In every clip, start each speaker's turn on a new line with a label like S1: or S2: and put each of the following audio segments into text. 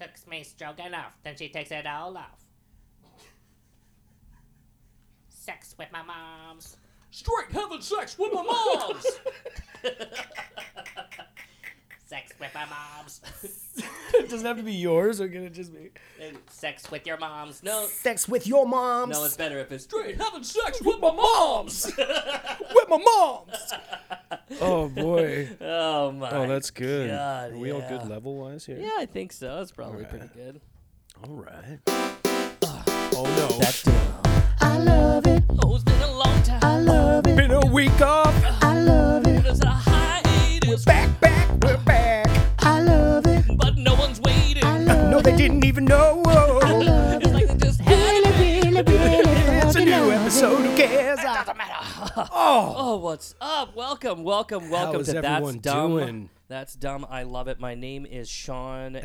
S1: cooks me stroganoff, then she takes it all off. Sex with my moms.
S2: Straight having sex with my moms.
S1: Sex with my moms.
S3: it doesn't have to be yours, or can it just be
S1: And sex with your moms. No,
S3: sex with your moms?
S1: no, it's better if it's
S2: Straight having sex with my moms.
S3: with my moms. oh boy.
S1: Oh my.
S3: Oh, that's good.
S1: God,
S3: Are we all
S1: yeah.
S3: good level wise here?
S1: Yeah, I think so. That's probably pretty good.
S3: All right. oh no.
S1: That's oh,
S4: I love it.
S1: it's been a long time.
S4: I love it.
S3: Been a week off.
S4: I love it.
S1: There's a hiatus,
S3: Back, back, we're back.
S4: I love it.
S1: but no one's waiting.
S4: I love
S3: No,
S4: it.
S3: they didn't even know.
S4: Love
S1: It's
S4: it.
S1: like they just had
S4: Really,
S1: it.
S4: really, really
S3: It's a
S4: fucking
S3: new
S4: love it.
S3: episode. Who cares?
S1: Doesn't matter.
S3: Oh,
S1: Oh, what's up? Welcome, welcome, welcome
S3: is
S1: to That's
S3: everyone
S1: Dumb.
S3: doing?
S1: That's Dumb. I love it. My name is Sean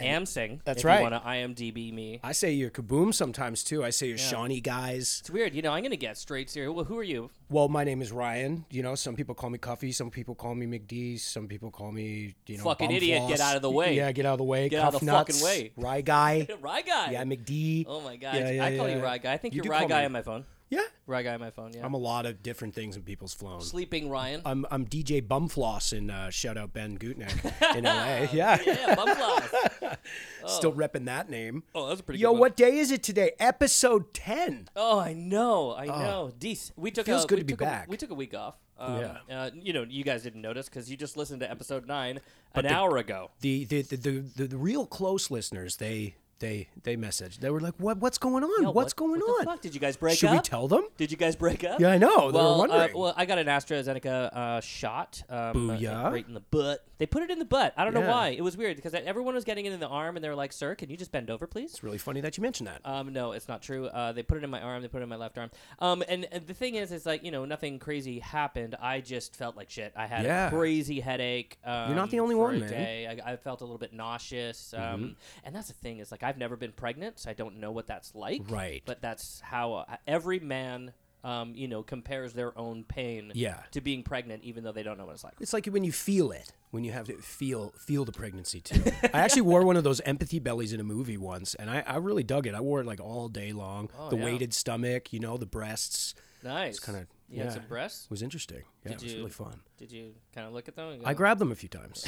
S1: Amsing.
S3: that's
S1: if
S3: right.
S1: you want to IMDb me.
S3: I say you're kaboom sometimes too. I say you're Shawnee guys.
S1: It's weird. You know, I'm going to get straight to Well, who are you?
S3: Well, my name is Ryan. You know, some people call me Cuffy. Some people call me McD. Some people call me you know
S1: Fucking
S3: bum
S1: idiot, get
S3: floss.
S1: out of the way.
S3: Yeah, get out of the way.
S1: Get
S3: Cuff
S1: out of the
S3: nuts,
S1: fucking way.
S3: Rye guy.
S1: Rye Guy.
S3: Yeah, McD.
S1: oh, my God.
S3: Yeah, yeah,
S1: I call
S3: yeah.
S1: you Rye Guy. I think
S3: You
S1: you are
S3: do
S1: Rye
S3: call
S1: Guy
S3: me-
S1: on my phone.
S3: Yeah,
S1: Rye Guy on my phone, yeah.
S3: I'm a lot of different things in people's phone.
S1: Sleeping Ryan.
S3: I'm I'm DJ Bumfloss in uh, shout out Ben Gutnick in LA. Yeah,
S1: Oh, yeah, Bumfloss.
S3: still repping that name.
S1: Oh, that's a pretty
S3: Yo,
S1: good one.
S3: what day is it today? Episode ten.
S1: Oh, I know, I know. Dece, we took
S3: Feels
S1: a,
S3: good
S1: we
S3: to be
S1: took a-
S3: back.
S1: we took a week off. Um,
S3: Yeah.
S1: uh, you know, you guys didn't notice because you just listened to episode nine an hour ago.
S3: The the, the the the the real close listeners they they they messaged. They were like, what what's going on?
S1: Yo,
S3: what's
S1: Oh, what-
S3: going
S1: what The
S3: on?
S1: fuck? Did you guys break
S3: Should
S1: up?
S3: we tell them?
S1: Did you guys break up?
S3: Yeah, I know.
S1: Well,
S3: they were wondering.
S1: Uh, well, I got an AstraZeneca uh, shot. Um,
S3: Booyah.
S1: uh, Right in the butt. They put it in the butt. I don't know
S3: Yeah.
S1: why. It was weird because everyone was getting it in the arm, and they were like, "Sir, can you just bend over, please?"
S3: it's really funny that you mentioned that.
S1: Um, no, it's not true. Uh, they put it in my arm. They put it in my left arm. Um, and, and the thing is, it's like you know, nothing crazy happened. I just felt like shit. I had
S3: Yeah.
S1: a crazy headache. Um,
S3: not the only
S1: for
S3: one,
S1: a
S3: man. Mm-hmm.
S1: Day. I, I felt a little bit nauseous. Um, and that's the thing is like I've never been pregnant, so I don't know what that's like.
S3: Right.
S1: But that's how uh, every man, um, you know, compares their own pain.
S3: Yeah.
S1: To being pregnant, even though they don't know what it's like.
S3: It's like when you feel it, when you have to feel feel the pregnancy too. I actually wore one of those empathy bellies in a movie once, and I, I really dug it. I wore it like all day long. the
S1: Oh, yeah.
S3: weighted stomach, you know, the breasts
S1: Nice. It's
S3: kinda-
S1: You had
S3: yeah.
S1: some breasts.
S3: was interesting. Yeah, it was
S1: you- Oh.
S3: really fun.
S1: Did you kind of look at them? And go,
S3: I grabbed them a few times.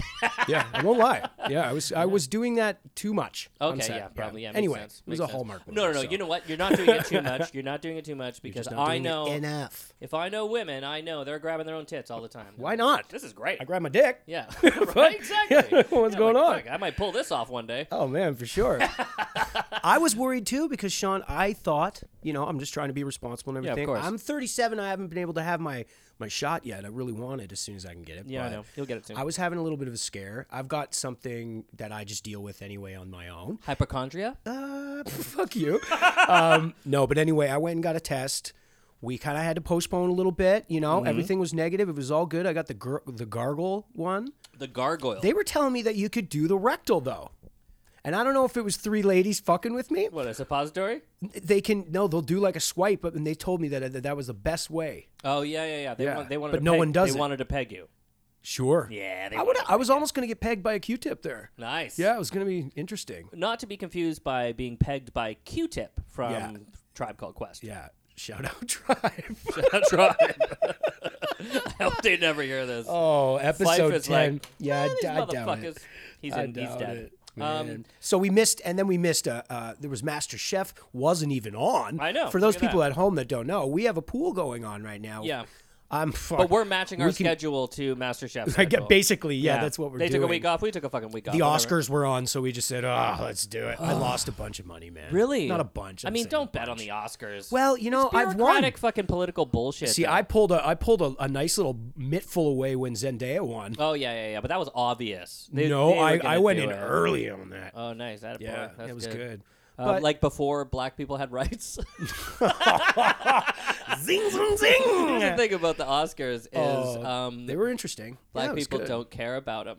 S3: yeah, I won't lie. Yeah, I was I was doing that too much. on
S1: Okay,
S3: set.
S1: yeah, probably. Yeah. makes
S3: anyway,
S1: sense,
S3: it was
S1: makes
S3: a
S1: sense.
S3: hallmark.
S1: No, no,
S3: movie,
S1: no.
S3: so
S1: You know what? You're not doing it too much. You're not doing it too much because
S3: just not
S1: I
S3: doing it
S1: know.
S3: enough.
S1: If I know women, I know they're grabbing their own tits all the time.
S3: Why not?
S1: This is great.
S3: I grabbed my dick.
S1: yeah. right. Exactly.
S3: What's
S1: Yeah, like,
S3: going on?
S1: fuck, I might pull this off one day.
S3: Oh man, for sure. I was worried too because Sean, I thought, you know, I'm just trying to be responsible and
S1: Yeah, of
S3: everything.
S1: course.
S3: I'm 37. I haven't been able to have my my shot yet. I really want it as soon as I can get it.
S1: Yeah, I
S3: but
S1: know. You'll get it soon.
S3: I was having a little bit of a scare. I've got something that I just deal with anyway on my own.
S1: Hypochondria.
S3: Uh, fuck you. um, no, but anyway, I went and got a test. We kind of had to postpone a little bit. You know,
S1: Mm-hmm.
S3: everything was negative. It was all good. I got the gr- the gargle one.
S1: The gargoyle.
S3: They were telling me that you could do the rectal though. And I don't know if it was three ladies fucking with me.
S1: what a suppository.
S3: They can no, they'll do like a swipe, but and they told me that that, that was the best way.
S1: Oh yeah, yeah, yeah. They,
S3: Yeah,
S1: want, they wanted.
S3: but
S1: to
S3: no
S1: peg-
S3: one does
S1: They
S3: it.
S1: wanted to peg you.
S3: Sure.
S1: Yeah, they
S3: I would.
S1: wanted to
S3: I was almost gonna get pegged by a Q-tip there.
S1: Nice.
S3: Yeah, it was gonna be interesting.
S1: Not to be confused by being pegged by Q-tip from
S3: Yeah.
S1: Tribe Called Quest.
S3: Yeah. Shout out Tribe.
S1: That's right. I hope they never hear this.
S3: Oh, episode
S1: Life is
S3: ten.
S1: like,
S3: yeah,
S1: "Eh,
S3: I,
S1: these
S3: d- I doubt
S1: motherfuckers.
S3: it.
S1: He's
S3: I
S1: in. He's
S3: doubt
S1: dead.
S3: it,
S1: Um,
S3: man. so we missed, and then we missed. Uh, uh, there was Master Chef wasn't even on.
S1: I know,
S3: For those
S1: look at
S3: people
S1: that.
S3: at home that don't know, we have a pool going on right now.
S1: Yeah.
S3: I'm.
S1: but we're matching our
S3: we can-
S1: schedule to MasterChef.
S3: I get basically, yeah, that's what we're
S1: They
S3: doing.
S1: took a week off. We took a fucking week off.
S3: The
S1: whatever.
S3: Oscars were on, so we just said, "Oh, let's do it." I lost a bunch of money, man.
S1: Really?
S3: Not a bunch.
S1: I
S3: I'm
S1: mean,
S3: saying.
S1: don't bet on the Oscars.
S3: Well, you know,
S1: it's
S3: I've won.
S1: bureaucratic fucking political bullshit.
S3: See,
S1: though.
S3: I pulled a, I pulled a, a nice little mittful away when Zendaya won.
S1: Oh yeah, yeah, yeah. But that was obvious. They-
S3: no,
S1: they were
S3: I,
S1: gonna
S3: I went
S1: do
S3: in
S1: it.
S3: early on that.
S1: Oh nice. That
S3: yeah,
S1: That's
S3: it was good.
S1: Uh,
S3: But-
S1: like before, black people had rights.
S3: Zing, zing, zing.
S1: the thing about the Oscars is
S3: Oh,
S1: um,
S3: They were interesting.
S1: black
S3: Yeah, it was
S1: people
S3: good.
S1: don't care about them.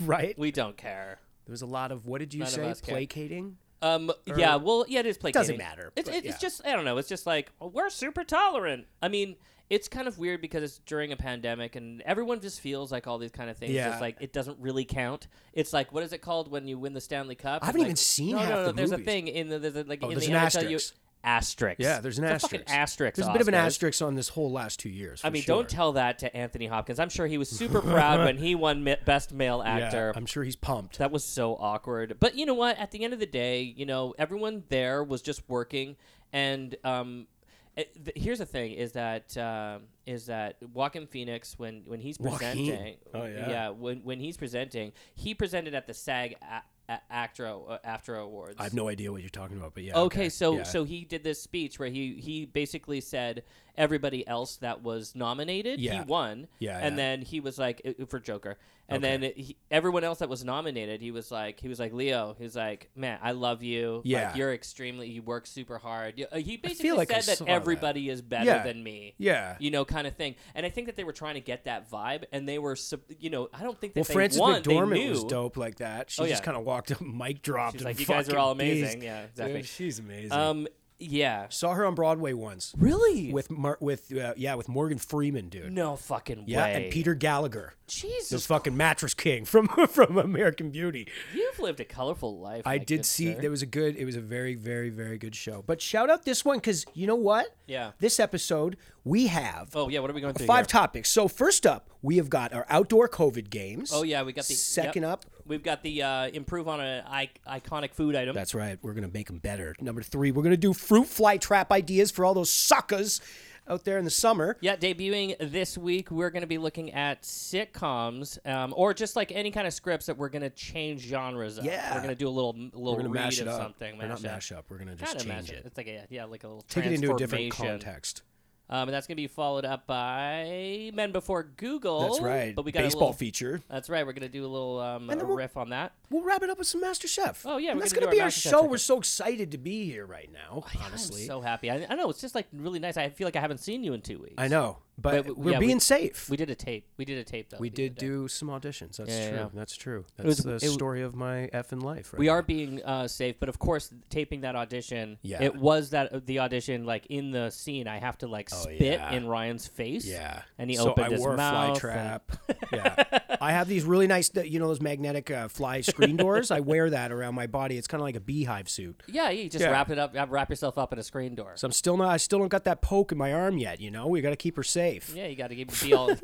S3: right.
S1: We don't care.
S3: There was a lot of what did you
S1: None of
S3: say?
S1: us care.
S3: Placating.
S1: Um, yeah, well, yeah, it is placating.
S3: Doesn't matter,
S1: It's,
S3: but
S1: it,
S3: yeah.
S1: it's just I don't know. It's just like "Oh, we're super tolerant. I mean, it's kind of weird because it's during a pandemic and everyone just feels like all these kind of things.
S3: Yeah.
S1: Just like it doesn't really count. It's like what is it called when you win the Stanley Cup?
S3: I haven't
S1: Like,
S3: even seen
S1: no,
S3: half
S1: no, no,
S3: the
S1: There's
S3: movies. Oh,
S1: a thing in the there's a, like in
S3: there's
S1: the
S3: an
S1: end, I tell you
S3: asterisk.
S1: asterisk.
S3: Yeah, there's an
S1: It's a fucking
S3: asterisk.
S1: asterisk.
S3: There's a bit of an
S1: Oscars.
S3: asterisk on this whole last two years.
S1: I
S3: for
S1: mean,
S3: sure.
S1: don't tell that to Anthony Hopkins. I'm sure he was super proud when he won mi- Best Male
S3: Yeah,
S1: Actor.
S3: I'm sure he's pumped.
S1: that was so awkward. But you know what? At the end of the day, you know, everyone there was just working. And um, it, th- here's the thing: is that uh, is that Joaquin Phoenix when when he's
S3: Joaquin.
S1: presenting,
S3: Oh, yeah.
S1: when when he's presenting, he presented at the SAG. A- a- ACTRA, uh, AFTRA Awards.
S3: I have no idea what you're talking about, but yeah.
S1: Okay, so
S3: yeah.
S1: so he did this speech where he he basically said everybody else that was nominated,
S3: Yeah.
S1: he won.
S3: Yeah,
S1: And
S3: yeah.
S1: then he was like uh, for Joker. And then he, everyone else that was nominated, he was like he was like Leo, he was like, "Man, I love you. Like,
S3: Yeah.
S1: you're extremely you work super hard." Y- uh, He basically
S3: feel like I
S1: said
S3: saw
S1: that
S3: that.
S1: everybody is better
S3: Yeah.
S1: than me.
S3: Yeah.
S1: You know, kind of thing, and I think that they were trying to get that vibe, and they were, sup- you know, I don't think that
S3: Well,
S1: they
S3: Frances
S1: won. They
S3: McDormand was
S1: knew.
S3: dope like that. She
S1: Oh,
S3: just
S1: yeah.
S3: kind of walked up, mic dropped.
S1: She's
S3: and
S1: like, "You guys are
S3: fucking
S1: all amazing."
S3: beast.
S1: Yeah, exactly.
S3: Dude, she's amazing.
S1: Um, yeah,
S3: Saw her on Broadway once
S1: really,
S3: with Mar- with uh, yeah with Morgan Freeman, dude.
S1: no fucking
S3: Yeah,
S1: way.
S3: and Peter Gallagher, the
S1: Jesus,
S3: fucking mattress king from from American Beauty.
S1: you've lived a colorful life.
S3: I
S1: my
S3: did
S1: good
S3: see
S1: sir.
S3: there was a good. It was a very very very good show. But shout out this one because you know what?
S1: Yeah.
S3: This episode we have
S1: Oh yeah, what are we going through?
S3: five
S1: here?
S3: topics. So first up, we have got our outdoor COVID games.
S1: Oh yeah, we got the
S3: Second
S1: yep.
S3: up-
S1: We've got the uh, improve on an I- iconic food item.
S3: That's right. We're going to make them better. Number three, we're going to do fruit fly trap ideas for all those suckers out there in the summer.
S1: yeah, debuting this week, we're going to be looking at sitcoms, um, or just like any kind of scripts that we're going to change genres. Up.
S3: Yeah.
S1: we're going to do a little little
S3: We're going to
S1: read
S3: mash
S1: of
S3: it up.
S1: something.
S3: Or
S1: Mash
S3: not
S1: up.
S3: mash up. We're going to just
S1: Kinda
S3: change
S1: mash
S3: it.
S1: It's like a yeah, like a little
S3: Take it into a different
S1: transformation.
S3: context.
S1: Um, and that's going to be followed up by Men Before Google.
S3: That's right.
S1: Oh, But we got a
S3: baseball
S1: little-
S3: feature.
S1: That's right. We're going to do a little um,
S3: And then we'll-
S1: riff on that.
S3: We'll wrap it up with some Master Chef.
S1: Oh, yeah,
S3: and
S1: we're
S3: that's
S1: gonna
S3: going to
S1: do
S3: be
S1: our
S3: our
S1: MasterChef
S3: show.
S1: ticket.
S3: We're so excited to be here right now. honestly,
S1: I'm so happy. I, I know it's just like really nice. I feel like I haven't seen you in two weeks.
S3: I know, but,
S1: But,
S3: we're
S1: yeah, we-
S3: being safe.
S1: We did a tape. We did a tape though.
S3: We
S1: the other
S3: did
S1: day.
S3: do some auditions. That's
S1: Yeah, yeah,
S3: true.
S1: yeah.
S3: That's true. That's
S1: was-
S3: the
S1: it w-
S3: story of my effing life. Right
S1: We
S3: now.
S1: are being uh, safe, but of course, taping that audition.
S3: Yeah.
S1: It was that uh, the audition like in the scene. I have to like spit
S3: Oh, yeah.
S1: in Ryan's face.
S3: Yeah.
S1: And he
S3: so
S1: opened
S3: I
S1: his
S3: wore
S1: mouth.
S3: A fly trap. yeah. I have these really nice, you know, those magnetic uh, fly screen doors. I wear that around my body. It's kind of like a beehive suit.
S1: And, yeah. You just
S3: Yeah.
S1: wrap it up. uh, Wrap yourself up in a screen door.
S3: So I'm still not. I still don't got that poke in my arm yet. You know, we got to keep her safe.
S1: yeah. You got to be all.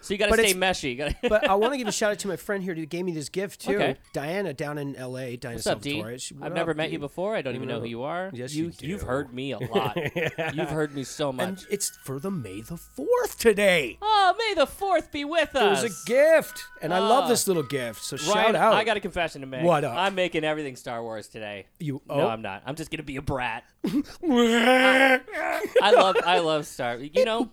S1: so you got to
S3: But
S1: stay
S3: it's-
S1: meshy. You gotta
S3: But I want to give a shout out to my friend here who gave me this gift too,
S1: Okay.
S3: Diana down in L.A. Diana
S1: What's up, D?
S3: Salvatore. She- what
S1: I've
S3: up,
S1: never met
S3: D?
S1: you before. I don't even know who you are.
S3: Yes, you do.
S1: have heard me a lot. You've heard me so much.
S3: And it's for the May the Fourth today.
S1: oh, may the fourth be with us.
S3: It was a gift, and I love
S1: Ah.
S3: this little gift. So
S1: Ryan,
S3: shout out.
S1: I got a confession to make.
S3: What up?
S1: I'm making everything Star Wars today.
S3: You-
S1: No,
S3: oh?
S1: I'm not. I'm just gonna be a brat.
S3: I,
S1: I love I love Star. You know,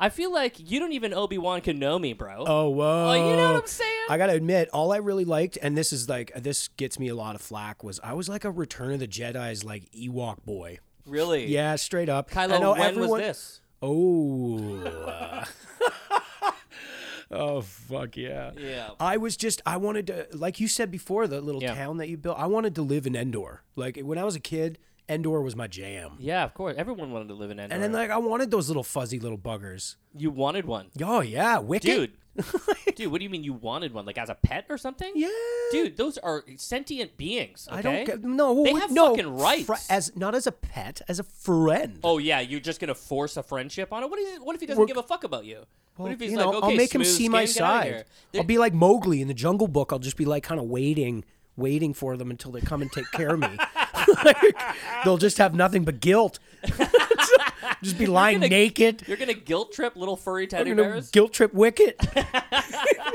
S1: I feel like you don't even Obi Wan Kenobi, bro.
S3: Oh, whoa.
S1: Oh, you know what I'm saying?
S3: I got to admit, all I really liked, and this is like, this gets me a lot of flack, was I was like a Return of the Jedi's like Ewok boy.
S1: really?
S3: Yeah, straight up. I
S1: Kylo,
S3: know
S1: when
S3: everyone-
S1: was this?
S3: Oh. uh, oh, fuck yeah.
S1: Yeah.
S3: I was just, I wanted to, like you said before, the little
S1: Yeah.
S3: town that you built, I wanted to live in Endor. Like when I was a kid, Endor was my jam.
S1: Yeah, of course. Everyone wanted to live in Endor.
S3: And then like I wanted those little fuzzy little buggers.
S1: you wanted one,
S3: Oh yeah, Wicked.
S1: dude. dude, what do you mean you wanted one? Like as a pet or something?
S3: Yeah.
S1: Dude, those are sentient beings.
S3: I
S1: okay?
S3: don't get no.
S1: They
S3: wait,
S1: have
S3: no,
S1: fucking rights.
S3: fri- as not as a pet, as a friend.
S1: Oh yeah, you're just gonna force a friendship on it. What if what if he doesn't
S3: We're-
S1: give a fuck about you? what if he's
S3: you
S1: like,
S3: know,
S1: okay,
S3: I'll make him
S1: smooth
S3: see my
S1: skin, get outta
S3: side.
S1: here. There-
S3: I'll be like Mowgli in the Jungle Book. I'll just be like kind of waiting, waiting for them until they come and take care of me. like, they'll just have nothing but guilt. just be lying
S1: gonna-
S3: naked.
S1: You're gonna guilt trip little furry
S3: I'm
S1: teddy
S3: gonna
S1: bears.
S3: guilt trip Wicket.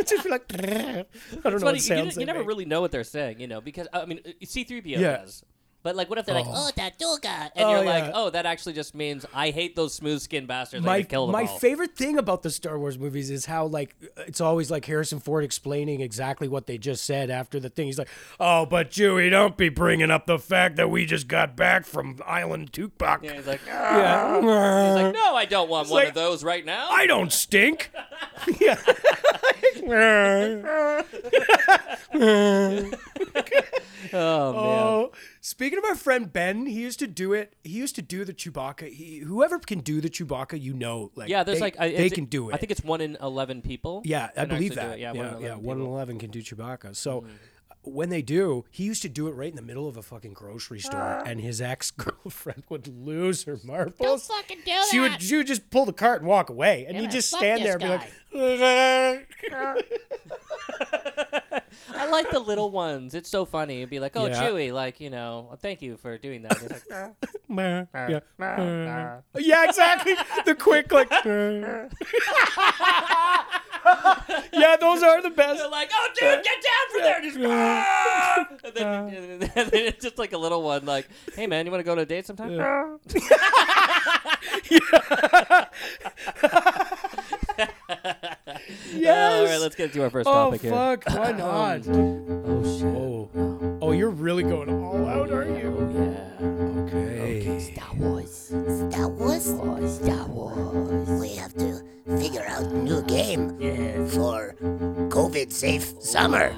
S3: just be like, I don't know. What
S1: It's funny, you,
S3: sounds
S1: you
S3: they
S1: never
S3: make.
S1: really know what they're saying, you know, because I mean, uh, C three PO
S3: Yeah.
S1: does. But like, what if they're like, oh, that duga, and
S3: Oh,
S1: you're
S3: yeah.
S1: like, oh, that actually just means I hate those smooth skinned bastards. I
S3: my,
S1: could kill them
S3: my
S1: all.
S3: favorite thing about the Star Wars movies is how like it's always like Harrison Ford explaining exactly what they just said after the thing. He's like, "Oh, but Chewie, don't be bringing up the fact that we just got back from Island Tukpak."
S1: yeah, he's like, "Ah."
S3: Yeah.
S1: he's like, no, I don't want one
S3: like,
S1: of those right now.
S3: I don't stink. yeah.
S1: oh man,
S3: oh, our friend Ben. He used to do it. He used to do the Chewbacca. He, whoever can do the Chewbacca, you know, like
S1: Yeah, there's
S3: they,
S1: like I,
S3: they
S1: it's-
S3: can do it.
S1: I think it's one in eleven people.
S3: Yeah, I
S1: can
S3: believe
S1: actually
S3: that.
S1: do it. Yeah, one in
S3: yeah,
S1: 11
S3: yeah, one in
S1: people. Mm-hmm.
S3: eleven can do Chewbacca. So. When they do, he used to do it right in the middle of a fucking grocery store, and his ex girlfriend would lose her marbles.
S5: Ah. Don't fucking do that.
S3: She would, she would just pull the cart and walk away, and
S5: Yeah,
S3: you
S5: man,
S3: just
S5: fuck
S3: stand there
S5: this
S3: and be like,
S1: I like the little ones. It's so funny. It'd be like, oh,
S3: Yeah.
S1: Chewie, like you know, thank you for doing that. It's like,
S3: "Meh, yeah, meh." yeah, exactly. The quick like, "Meh." yeah, those are the best.
S1: They're like, oh, dude, get down from there! And, just, "Ah!" and, then, and then it's just like a little one, like, hey, man, you want to go on a date sometime? All right,
S3: Yes.
S1: let's get to our first
S3: oh
S1: topic
S3: fuck, why not?
S1: here. Um, Oh, shit. Oh,
S3: Oh, oh, you're really going all out, are you? Yeah. Okay.
S6: Star Wars. Star Wars? Star Wars. We have to figure out new game for COVID safe summer.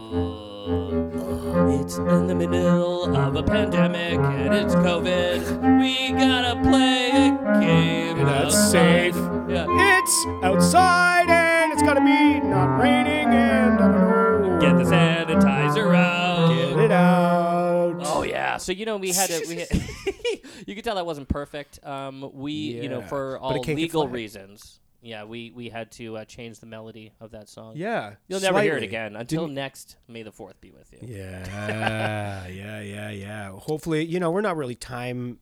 S1: It's in the middle of a pandemic and it's COVID. We gotta play a game.
S3: That's
S1: of
S3: safe.
S1: fun. Yeah.
S3: It's outside and it's gotta be not raining and I don't know.
S1: Get the sanitizer out.
S3: Get it out.
S1: Oh yeah. So you know we had a we had, you could tell that wasn't perfect. Um, we you know
S3: Yeah.
S1: for
S3: But it
S1: all
S3: can't get
S1: legal
S3: flagged.
S1: reasons. Yeah, we we had to uh, change the melody of that song.
S3: Yeah.
S1: You'll never hear it
S3: slightly.
S1: again until next May the Fourth be with you.
S3: Yeah, yeah, yeah, yeah. Hopefully, you know, we're not really time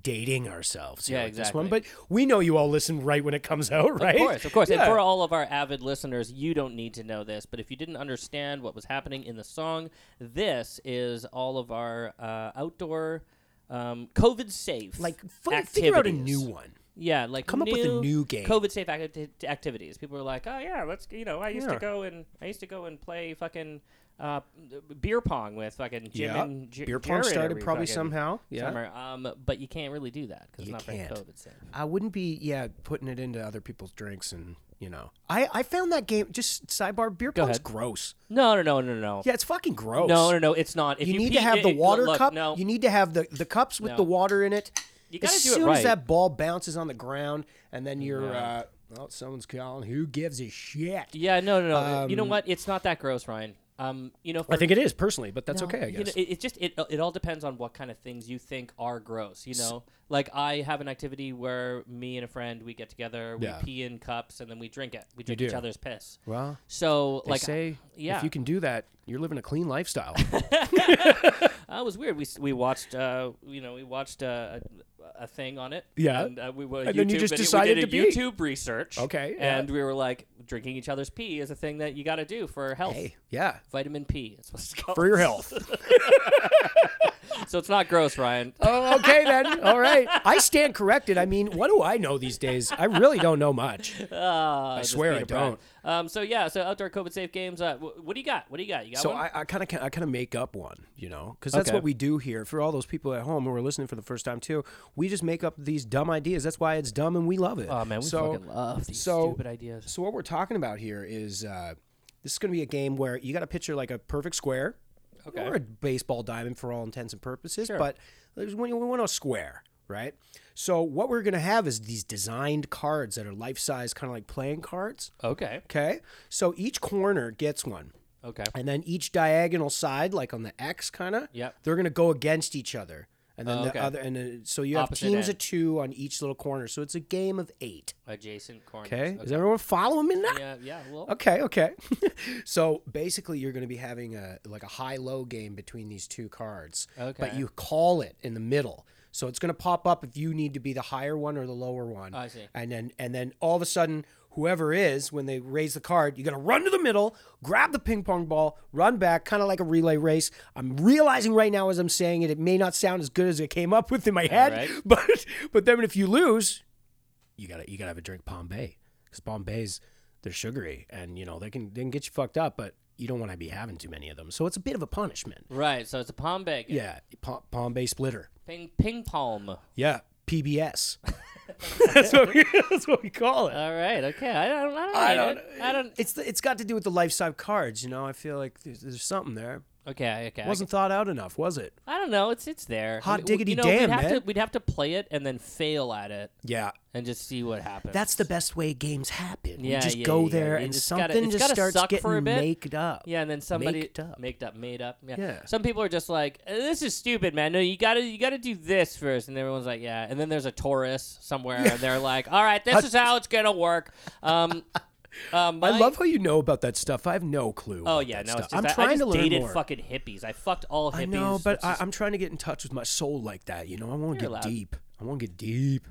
S3: dating ourselves. here
S1: Yeah,
S3: with This one, but
S1: exactly.
S3: we know you all listen right when it comes out, right?
S1: Of course, of course.
S3: Yeah.
S1: And for all of our avid listeners, you don't need to know this, but if you didn't understand what was happening in the song, this is all of our uh, outdoor um, COVID safe
S3: like, f- figure out a
S1: activities.
S3: new one.
S1: Yeah, like
S3: Come up with a new game.
S1: COVID safe acti- activities. People were like, "Oh yeah, let's you know, I used
S3: Yeah.
S1: to go and I used to go and play fucking uh, beer pong with fucking Jim
S3: Yeah.
S1: and J-
S3: Beer pong
S1: Jared
S3: started
S1: every
S3: probably
S1: fucking
S3: somehow. Yeah.
S1: Summer. Um, but you can't really do that because it's
S3: You
S1: not very
S3: can't.
S1: COVID safe.
S3: I wouldn't be, yeah, putting it into other people's drinks and, you know. I, I found that game, just sidebar, beer pong's
S1: ahead.
S3: gross.
S1: No, no, no, no, no.
S3: Yeah, it's fucking gross.
S1: No, no, no. It's not. If
S3: You,
S1: you,
S3: need
S1: pee-
S3: to have
S1: it-
S3: the
S1: it-
S3: water
S1: look,
S3: cup.
S1: No,
S3: You need to have the, the cups with
S1: No.
S3: the water in it.
S1: You gotta
S3: as
S1: do it
S3: soon as
S1: right.
S3: that ball bounces on the ground, and then you're, uh, well, someone's calling. Who gives a shit?
S1: yeah, no, no, no. you know what? It's not that gross, Ryan. Um, you know, for,
S3: Um, I think it is personally, but that's okay. I
S1: you
S3: guess.
S1: know, it, it just it, it all depends on what kind of things you think are gross. You know, like I have an activity where me and a friend we get together, we
S3: Yeah.
S1: pee in cups, and then we drink it. We drink
S3: do.
S1: each other's piss.
S3: well,
S1: So
S3: like
S1: like
S3: say,
S1: yeah,
S3: if you can do that, you're living a clean lifestyle.
S1: that Uh, was weird. We s- we watched uh you know we watched uh, a, a thing on it.
S3: Yeah.
S1: and, uh, we, well,
S3: And then you
S1: YouTube
S3: just
S1: video-
S3: decided
S1: we
S3: to
S1: did
S3: pee.
S1: a YouTube research.
S3: Okay, yeah.
S1: and we were like drinking each other's pee is a thing that you got to do for health.
S3: hey, yeah,
S1: Vitamin P. That's what it's called.
S3: for your health.
S1: So it's not gross, Ryan.
S3: oh, okay then. All right, I stand corrected. I mean, what do I know these days? I really don't know much. I
S1: Ah, Just
S3: swear I
S1: Peter Brown.
S3: don't.
S1: Um, so yeah, so outdoor COVID safe games. Uh, wh- what do you got? What do you got? You got
S3: So
S1: one?
S3: I kind of I kind of make up one, you know, because that's
S1: Okay.
S3: what we do here. For all those people at home who are listening for the first time too, we just make up these dumb ideas. That's why it's dumb and we love it.
S1: oh man, we
S3: so,
S1: fucking love these
S3: so-
S1: stupid ideas.
S3: So what we're talking about here is uh, this is going to be a game where you got to picture like a perfect square, or a baseball diamond for all intents and purposes, but there's, we, we want a square, right? So what we're going to have is these designed cards that are life size, kind of like playing cards.
S1: Okay.
S3: Okay, so each corner gets one.
S1: Okay.
S3: And then each diagonal side, like on the X, kind of,
S1: Yep.
S3: they're gonna go against each other, and then
S1: Oh,
S3: the
S1: okay.
S3: other, and then, so you have
S1: Opposite
S3: teams
S1: end.
S3: of two on each little corner. So it's a game of eight.
S1: Adjacent corners.
S3: Okay, is everyone following me now?
S1: Yeah. Yeah. Well.
S3: Okay, okay. so basically, you're going to be having a like a high-low game between these two cards. But
S1: Okay.
S3: you call it in the middle, so it's going to pop up if you need to be the higher one or the lower one.
S1: I see.
S3: And then and then all of a sudden, whoever is when they raise the card, you're going to run to the middle, grab the ping pong ball, run back, kind of like a relay race. I'm realizing right now as I'm saying it, it may not sound as good as it came up with in my head,
S1: right.
S3: but but then if you lose, you gotta you gotta have a drink Bombay because Bombays they're sugary and you know they can they can get you fucked up, but you don't want to be having too many of them. So it's a bit of a punishment.
S1: Right. So it's a palm bag. game.
S3: Yeah, Pom- Bombay splitter.
S1: Ping ping palm.
S3: Yeah, PBS. that's, what we, that's what we call it.
S1: All right. Okay. I don't. I don't.
S3: I
S1: hate
S3: don't
S1: it. I don't.
S3: It's the, it's got to do with the life size cards. You know, I feel like there's, there's something there.
S1: Okay, okay. I
S3: Wasn't thought out enough, was it?
S1: I don't know. It's it's there.
S3: Hot
S1: We- we-
S3: diggity
S1: you know,
S3: damn,
S1: we'd have
S3: man.
S1: To, we'd have to play it and then fail at it
S3: Yeah.
S1: and just see what happens.
S6: That's the best way games happen.
S1: Yeah,
S6: you just
S1: yeah,
S6: go
S1: yeah, yeah.
S6: there
S1: You
S6: and
S1: just gotta-
S6: something
S1: it's
S6: just
S1: gotta
S6: starts
S1: suck
S6: getting
S1: for a bit.
S6: made up.
S1: yeah, and then somebody
S6: Maked up.
S1: maked up, made up. Yeah.
S3: Yeah.
S1: Some people are just like, "Uh, "This is stupid, man. No, you gotta, you gotta do this first. and everyone's like, "Yeah." And then there's a Taurus somewhere, and they're like, "All right, this is how it's gonna work." Um, um,
S3: I love how you know about that stuff. I have no clue.
S1: Oh
S3: about
S1: yeah,
S3: that
S1: no,
S3: stuff.
S1: it's just,
S3: I'm
S1: I-
S3: trying
S1: I just
S3: to learn
S1: dated
S3: more.
S1: fucking hippies. I fucked all hippies.
S3: I know, but
S1: It's
S3: I,
S1: just-
S3: I'm trying to get in touch with my soul like that. You know, I want to
S1: You're
S3: get
S1: allowed.
S3: deep. I want to get deep.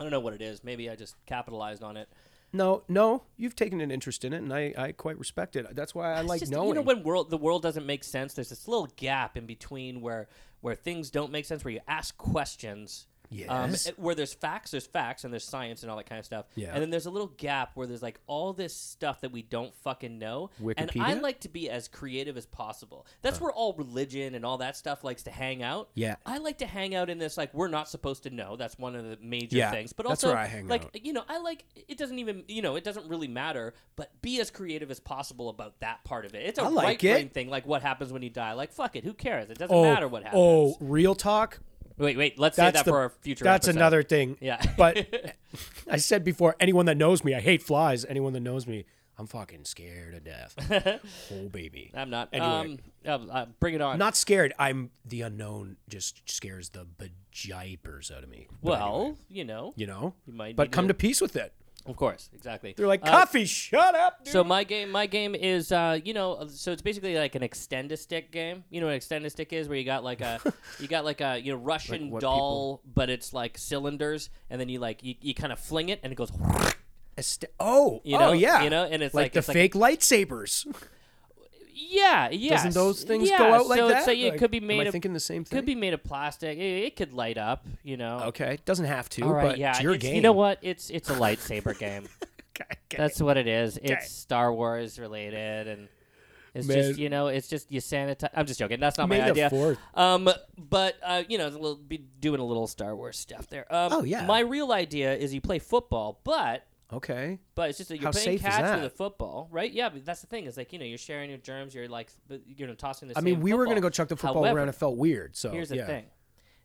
S1: I don't know what it is. Maybe I just capitalized on it.
S3: No, no, you've taken an interest in it, and I, I quite respect it. That's why I
S1: It's
S3: like
S1: just,
S3: knowing.
S1: You know when world the world doesn't make sense. There's this little gap in between where where things don't make sense. Where you ask questions.
S3: Yes.
S1: it- where there's facts, there's facts, and there's science and all that kind of stuff.
S3: Yeah.
S1: And then there's a little gap where there's like all this stuff that we don't fucking know. And I
S3: Wikipedia?
S1: like to be as creative as possible. That's where all religion and all that stuff likes to hang out.
S3: Yeah.
S1: I like to hang out in this like we're not supposed to know. That's one of the major
S3: Yeah,
S1: things. But
S3: that's
S1: also
S3: where I hang
S1: like
S3: out.
S1: you know, I like it doesn't even you know, it doesn't really matter, but be as creative as possible about that part of it. It's a
S3: I like
S1: right brain
S3: it.
S1: thing, like what happens when you die. Like fuck it, who cares? It doesn't
S3: oh,
S1: matter what happens.
S3: oh, real talk.
S1: Wait, wait, let's say
S3: That's
S1: that
S3: the,
S1: for our future.
S3: That's
S1: episode.
S3: another thing.
S1: Yeah.
S3: but I said before, anyone that knows me, I hate flies. Anyone that knows me, I'm fucking scared to death. oh baby,
S1: I'm not.
S3: Anyway.
S1: Um, uh, uh, bring it on.
S3: not scared. I'm the unknown. Just scares the bejipers out of me. But
S1: well,
S3: anyway,
S1: you know,
S3: you know.
S1: you might
S3: But
S1: need
S3: come
S1: to-
S3: to peace with it.
S1: of course, exactly.
S3: They're like,
S1: Uh,
S3: coffee, shut up. Dude.
S1: So my game, my game is, uh, you know, so it's basically like an extend a stick game. You know what extend a stick is, where you got like a, you got like a, you know, Russian
S3: what
S1: doll, but it's like cylinders, and then you like you, you kind of fling it, and it goes.
S3: Est- oh,
S1: You
S3: oh
S1: know-
S3: yeah.
S1: you know, and it's like-
S3: the
S1: it's like-
S3: fake lightsabers.
S1: Yeah, yeah.
S3: Doesn't those things
S1: yeah.
S3: go out like
S1: so
S3: that?
S1: So it
S3: Like,
S1: could be
S3: am
S1: made
S3: I
S1: of.
S3: thinking the same thing?
S1: Could be made of plastic. It, it could light up. You know.
S3: Okay, doesn't have to,
S1: All right.
S3: but
S1: yeah.
S3: it's your
S1: it's-
S3: game.
S1: You know what? It's it's a lightsaber game.
S3: Okay, okay.
S1: That's what it is. It's Star Wars related, and it's
S3: Man.
S1: just you know, it's just you sanitize. I'm just joking. That's not
S3: May
S1: my
S3: the
S1: idea.
S3: fourth.
S1: Um, but uh, you know, we'll be doing a little Star Wars stuff there. Um,
S3: Oh, yeah.
S1: My real idea is you play football, but
S3: Okay.
S1: but it's just that you're
S3: How
S1: playing
S3: safe is
S1: catch
S3: that?
S1: with a football, right? Yeah, but that's the thing. It's like you know, you're sharing your germs. You're like you know, tossing the.
S3: I mean,
S1: same
S3: we were gonna
S1: football.
S3: go chuck the football
S1: However,
S3: around. It felt weird. So
S1: Here's the
S3: Oh, yeah.
S1: thing.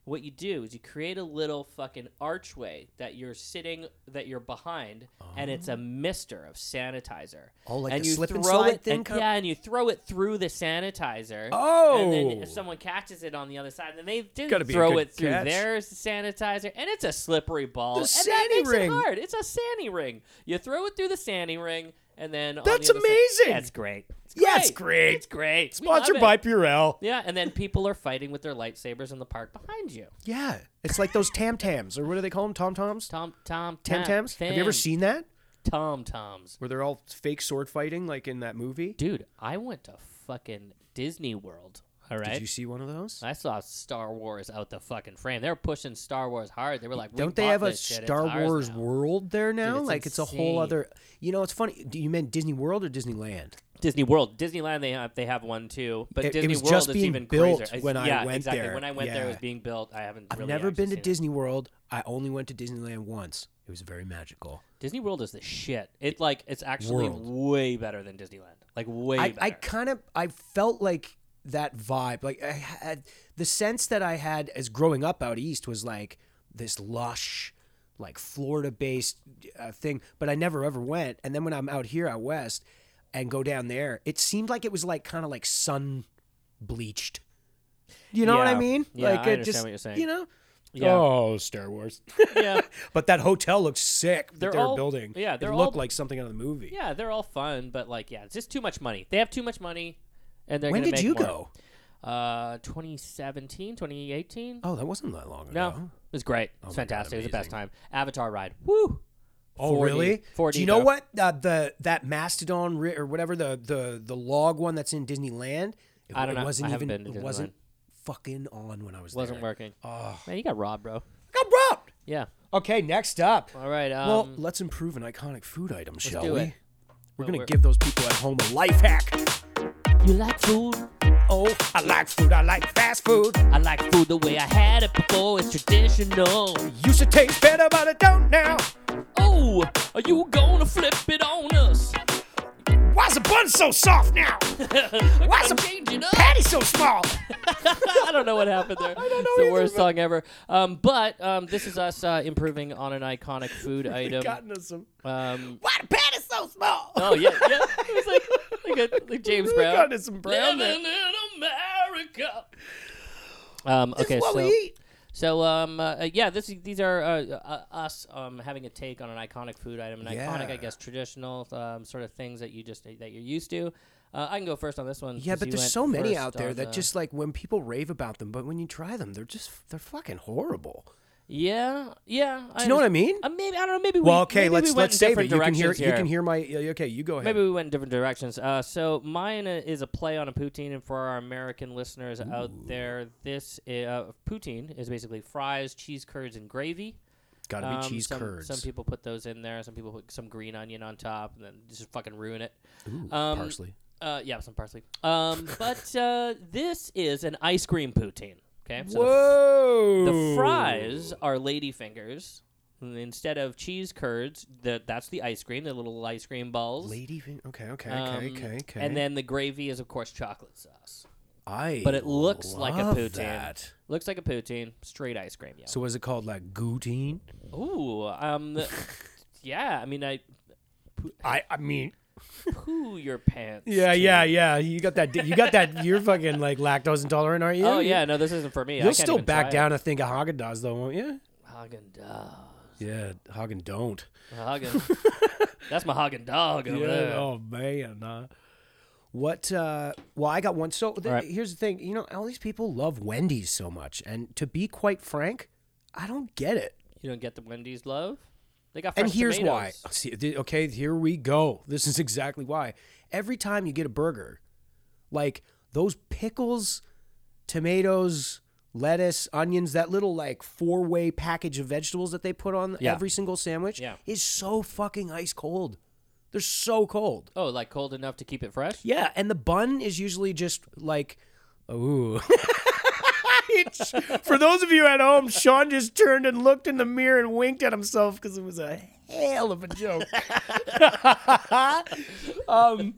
S1: What you do is you create a little fucking archway that you're sitting that you're behind, and it's a mister of sanitizer.
S3: Oh, like
S1: and
S3: the
S1: you
S3: slip and
S1: throw
S3: slide
S1: it,
S3: thing
S1: and-
S3: kind of-
S1: yeah, and you throw it through the sanitizer. and then
S3: Oh.
S1: if someone catches it on the other side, then they
S3: Gotta
S1: didn't
S3: be a
S1: throw
S3: good
S1: it through
S3: catch.
S1: their sanitizer, and it's a slippery ball.
S3: The
S1: and that
S3: sandy
S1: makes
S3: ring.
S1: it hard. It's a sandy ring. You throw it through the sandy ring, and then on the
S3: That's
S1: other side-
S3: amazing.
S1: That's great. It's great.
S3: Yeah, it's great.
S1: It's great. We love
S3: Sponsored
S1: it.
S3: by Purell.
S1: Yeah, and then people are fighting with their lightsabers in the park behind you.
S3: Yeah, it's like those tam tams, or what do they call them? Tom toms.
S1: Tom, Tom,
S3: Tam tams. Have you ever seen that?
S1: Tom Toms?
S3: Where they're all fake sword fighting, like in that movie.
S1: Dude, I went to fucking Disney World. All right.
S3: Did you see one of those?
S1: I saw Star Wars out the fucking frame. They were pushing Star Wars hard. They were like, we
S3: Don't they
S1: bought
S3: have a
S1: this shit. It's
S3: Star
S1: ours
S3: Wars
S1: now.
S3: world there now?
S1: it's
S3: like it's a whole
S1: insane.
S3: other. You know, it's funny. Do you mean Disney World or Disneyland?
S1: Disney World, Disneyland. They have they have one too, but
S3: It- it
S1: Disney
S3: was
S1: World
S3: just
S1: is
S3: being
S1: even
S3: built
S1: crazier. It's-
S3: when I
S1: yeah,
S3: went
S1: exactly.
S3: there.
S1: When I went there, it was
S3: Yeah.
S1: being built. I haven't.
S3: I've
S1: really
S3: never
S1: actually
S3: been to
S1: seen it.
S3: Disney World. I only went to Disneyland once. It was very magical.
S1: Disney World is the shit. It like it's actually
S3: World.
S1: way better than Disneyland. Like way
S3: I,
S1: better.
S3: I kind of I felt like that vibe. Like I had the sense that I had as growing up out east was like this lush, like Florida based uh, thing. But I never ever went. And then when I'm out here out west and go down there, it seemed like it was like kind of like sun bleached. You know what I
S1: Yeah.
S3: mean?
S1: Yeah,
S3: like
S1: I
S3: it
S1: understand
S3: just
S1: what you're saying.
S3: you know.
S1: Yeah.
S3: Oh, Star Wars!
S1: yeah.
S3: but that hotel looks sick. that
S1: They're
S3: they were
S1: all-
S3: building.
S1: yeah,
S3: it
S1: they're
S3: looked
S1: all-
S3: like something out of the movie.
S1: Yeah, they're all fun, but like, yeah, it's just too much money. They have too much money, and they're
S3: when
S1: gonna
S3: did
S1: make
S3: you
S1: more.
S3: go?
S1: Uh, 2017, 2018.
S3: Oh, that wasn't that long ago.
S1: no, it was great. It was fantastic. it was the best time. Avatar ride. Woo.
S3: Oh,
S1: 4D.
S3: really?
S1: 4D,
S3: Do you know
S1: bro.
S3: what uh, the that mastodon ri- or whatever the the the log one that's in Disneyland? It,
S1: I don't
S3: it
S1: know.
S3: Wasn't
S1: I
S3: even
S1: haven't been to
S3: it
S1: Disneyland.
S3: wasn't fucking on when I was
S1: Wasn't
S3: there.
S1: working. Man, you got robbed, bro.
S3: Got robbed.
S1: Yeah.
S3: Okay, next up.
S1: All right. Um,
S3: well, let's improve an iconic food item, shall
S1: do
S3: we?
S1: it.
S3: We're
S1: Well,
S3: gonna
S1: we're-
S3: give those people at home a life hack.
S1: you like food?
S3: Oh, I like food. I like fast food.
S1: I like food the way I had it before. It's traditional.
S3: Used to taste better, but I don't now.
S1: Oh, are you gonna flip it on us?
S3: Why's the bun so soft now? Why's the patty so small?
S1: I don't know what happened there. it's the worst song ever. Um, but um, this is us uh, improving on an iconic food item.
S3: Gotten us some.
S1: Um,
S6: Why the patty's so small?
S1: oh yeah, yeah. It was like like, a, like James
S3: We
S1: Brown.
S3: gotten us some brown there.
S1: Living in America. Um, okay,
S3: What
S1: so
S3: we eat?
S1: so um, uh, yeah, this is- these are uh, uh, us um, having a take on an iconic food item, an iconic,
S3: Yeah.
S1: I guess, traditional um, sort of things that you just that you're used to. Uh, I can go first on this one.
S3: Yeah,
S1: 'cause
S3: but
S1: you
S3: there's
S1: went
S3: so many
S1: first
S3: out there
S1: on
S3: that
S1: the-
S3: just like when people rave about them, but when you try them, they're just they're fucking horrible.
S1: yeah, yeah.
S3: Do you know what I mean?
S1: Uh, maybe I don't know. Maybe
S3: Well,
S1: we,
S3: okay,
S1: maybe
S3: let's
S1: we went
S3: let's
S1: in
S3: save it.
S1: different
S3: You can hear
S1: directions
S3: you can hear my yeah, okay. You go ahead.
S1: Maybe we went in different directions. Uh, so mine uh, is a play on a poutine, and for our American listeners out there, this i- uh, poutine is basically fries, cheese curds, and gravy.
S3: Gotta be
S1: Um,
S3: cheese
S1: some,
S3: curds.
S1: Some people put those in there. Some people put some green onion on top, and then just fucking ruin it.
S3: Ooh,
S1: um,
S3: parsley.
S1: Uh, yeah, some parsley. Um, but uh, this is an ice cream poutine. Okay, so the
S3: Whoa.
S1: the fries are lady fingers. And Instead of cheese curds, the, that's the ice cream, the little ice cream balls.
S3: Lady fin- Okay, okay, okay,
S1: Um,
S3: okay, okay.
S1: And then the gravy is, of course, chocolate sauce.
S3: I
S1: But it looks like a
S3: love
S1: poutine.
S3: that.
S1: Looks like a poutine, straight ice cream. Yeah.
S3: So was it called like goutine?
S1: Ooh. Um. the- yeah. I mean, I
S3: I I mean
S1: poo your pants.
S3: Yeah,
S1: too.
S3: yeah, yeah. You got that you got that you're fucking like lactose intolerant, aren't you?
S1: Oh yeah. No, this isn't for me. I
S3: You'll
S1: can't
S3: still
S1: even
S3: back
S1: try
S3: down a thing of Haagen Dazs though, won't you?
S1: Hagen dog.
S3: Yeah, Hagen don't.
S1: That's my Hagen dog over there.
S3: Oh man. uh, what? Uh, well, I got one. So th-
S1: right.
S3: here's the thing. You know, all these people love Wendy's so much, and to be quite frank, I don't get it.
S1: You don't get the Wendy's love. They got. Fresh
S3: and here's why. Oh,
S1: tomatoes.
S3: See, th- okay, here we go. This is exactly why. Every time you get a burger, like those pickles, tomatoes, lettuce, onions, that little like four way package of vegetables that they put on
S1: Yeah.
S3: every single sandwich
S1: Yeah.
S3: is so fucking ice cold. They're so cold.
S1: Oh, like cold enough to keep it fresh.
S3: Yeah, and the bun is usually just like, ooh. It's- For those of you at home, Sean just turned and looked in the mirror and winked at himself because it was a hell of a joke. um,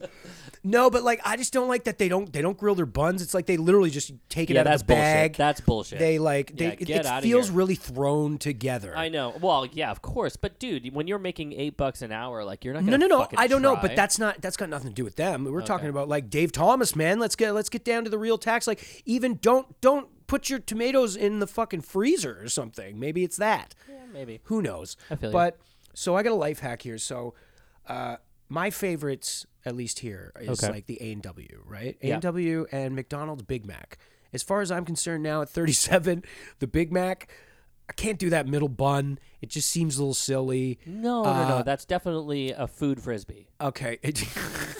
S3: no, but like I just don't like that they don't they don't grill their buns. It's like they literally just take it
S1: Yeah,
S3: out
S1: that's
S3: of the bag.
S1: bullshit. That's bullshit.
S3: They like they
S1: Yeah,
S3: it,
S1: get
S3: it
S1: outta
S3: feels
S1: here.
S3: really thrown together.
S1: I know. Well, yeah, of course. But dude, when you're making eight bucks an hour, like you're not.
S3: No, no,
S1: Gonna
S3: no.
S1: fucking
S3: I don't know,
S1: try.
S3: but that's not that's got nothing to do with them. We're talking about like Dave Thomas, man. Let's get let's get down to the real tax. Like even don't don't put your tomatoes in the fucking freezer or something. Maybe it's that.
S1: Yeah, maybe.
S3: Who knows?
S1: I feel you.
S3: but so I got a life hack here. So uh, my favorites, at least here, is
S1: Okay.
S3: like the A and W, right? A
S1: Yeah.
S3: and W and McDonald's Big Mac. As far as I'm concerned, now at 37, the Big Mac, I can't do that middle bun. It just seems a little silly.
S1: No, no,
S3: Uh,
S1: no. That's definitely a food frisbee.
S3: Okay.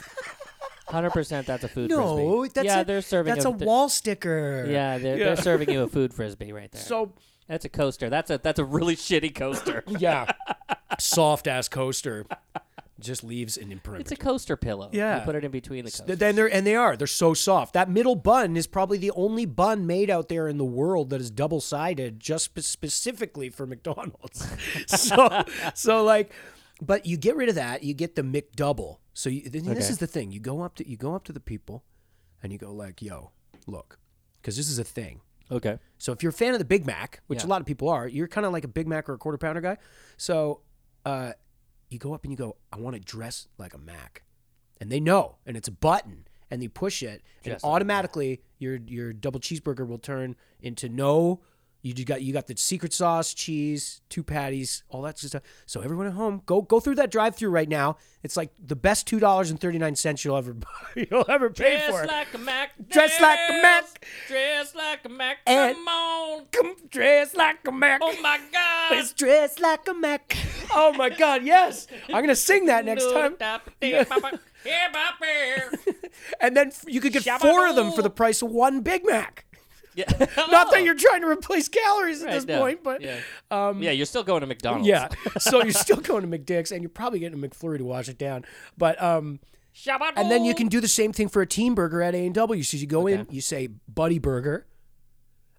S1: Hundred percent. That's a food frisbee.
S3: No, that's
S1: yeah.
S3: a,
S1: they're serving.
S3: That's a
S1: th-
S3: wall sticker.
S1: Yeah, they're,
S3: Yeah.
S1: they're serving you a food frisbee right there.
S3: So
S1: that's a coaster. That's a that's a really shitty coaster.
S3: yeah, soft ass coaster just leaves an imprint.
S1: it's a coaster pillow.
S3: Yeah.
S1: you put it in between the coasters.
S3: then they're and they are they're so soft. That middle bun is probably the only bun made out there in the world that is double sided, just spe- specifically for McDonald's. so so like, but you get rid of that, you get the McDouble. So you, then this is the thing: you go up to you go up to the people, and you go like, "Yo, look," because this is a thing.
S1: okay.
S3: So if you're a fan of the Big Mac, which
S1: Yeah.
S3: a lot of people are, you're kind of like a Big Mac or a quarter pounder guy. So uh, you go up and you go, I want to dress like a Mac, and they know, and it's a button, and they push it, and
S1: Dress like a
S3: automatically your your double cheeseburger will turn into no. You just got you got the secret sauce, cheese, two patties, all that stuff. So everyone at home, go go through that drive-through right now. It's like the best two dollars and thirty nine cents you'll ever you'll ever pay for.
S1: Dress like a Mac.
S3: Dress like a Mac.
S1: Dress like a Mac.
S3: And-
S1: Come on.
S3: Come dress like a Mac.
S1: Oh my God.
S3: It's dressed like a Mac. Oh my God, yes. I'm gonna sing that next time.
S1: Yeah, Not
S3: And then f- you could get four of them for the price of one Big Mac. Not that you're trying to replace calories at this point, but um,
S1: yeah.
S3: Oh. yeah.
S1: yeah, you're still going to McDonald's.
S3: so you're still going to McDick's, and you're probably getting a McFlurry to wash it down. But um, and then you can do the same thing for a team burger at A and W. So you go in, you say Buddy Burger,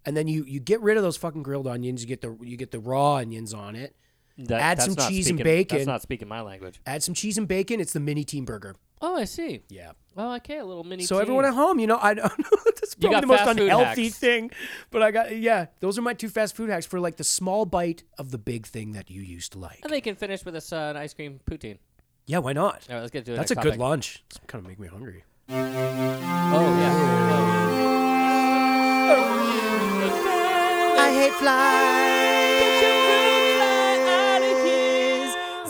S3: and then you you get rid of those fucking grilled onions. You get the you get the raw onions on it.
S1: That-
S3: add
S1: that's
S3: some
S1: not
S3: cheese and
S1: speaking-
S3: bacon.
S1: That's not speaking my language.
S3: Add some cheese and bacon. It's the mini team burger.
S1: Oh, I see.
S3: Yeah.
S1: Well, okay, a little mini.
S3: So everyone at
S1: team.
S3: home, you know, I don't know. That's
S1: You
S3: probably
S1: got
S3: the most
S1: fast food
S3: unhealthy
S1: hacks.
S3: thing. But I got yeah, those are my two fast food hacks for like the small bite of the big thing that you used to like.
S1: And they can finish with us uh, an ice cream poutine.
S3: Yeah, why not?
S1: All right, let's get to it.
S3: That's a good lunch. It's kind of make me hungry.
S1: Oh yeah.
S6: I hate flies.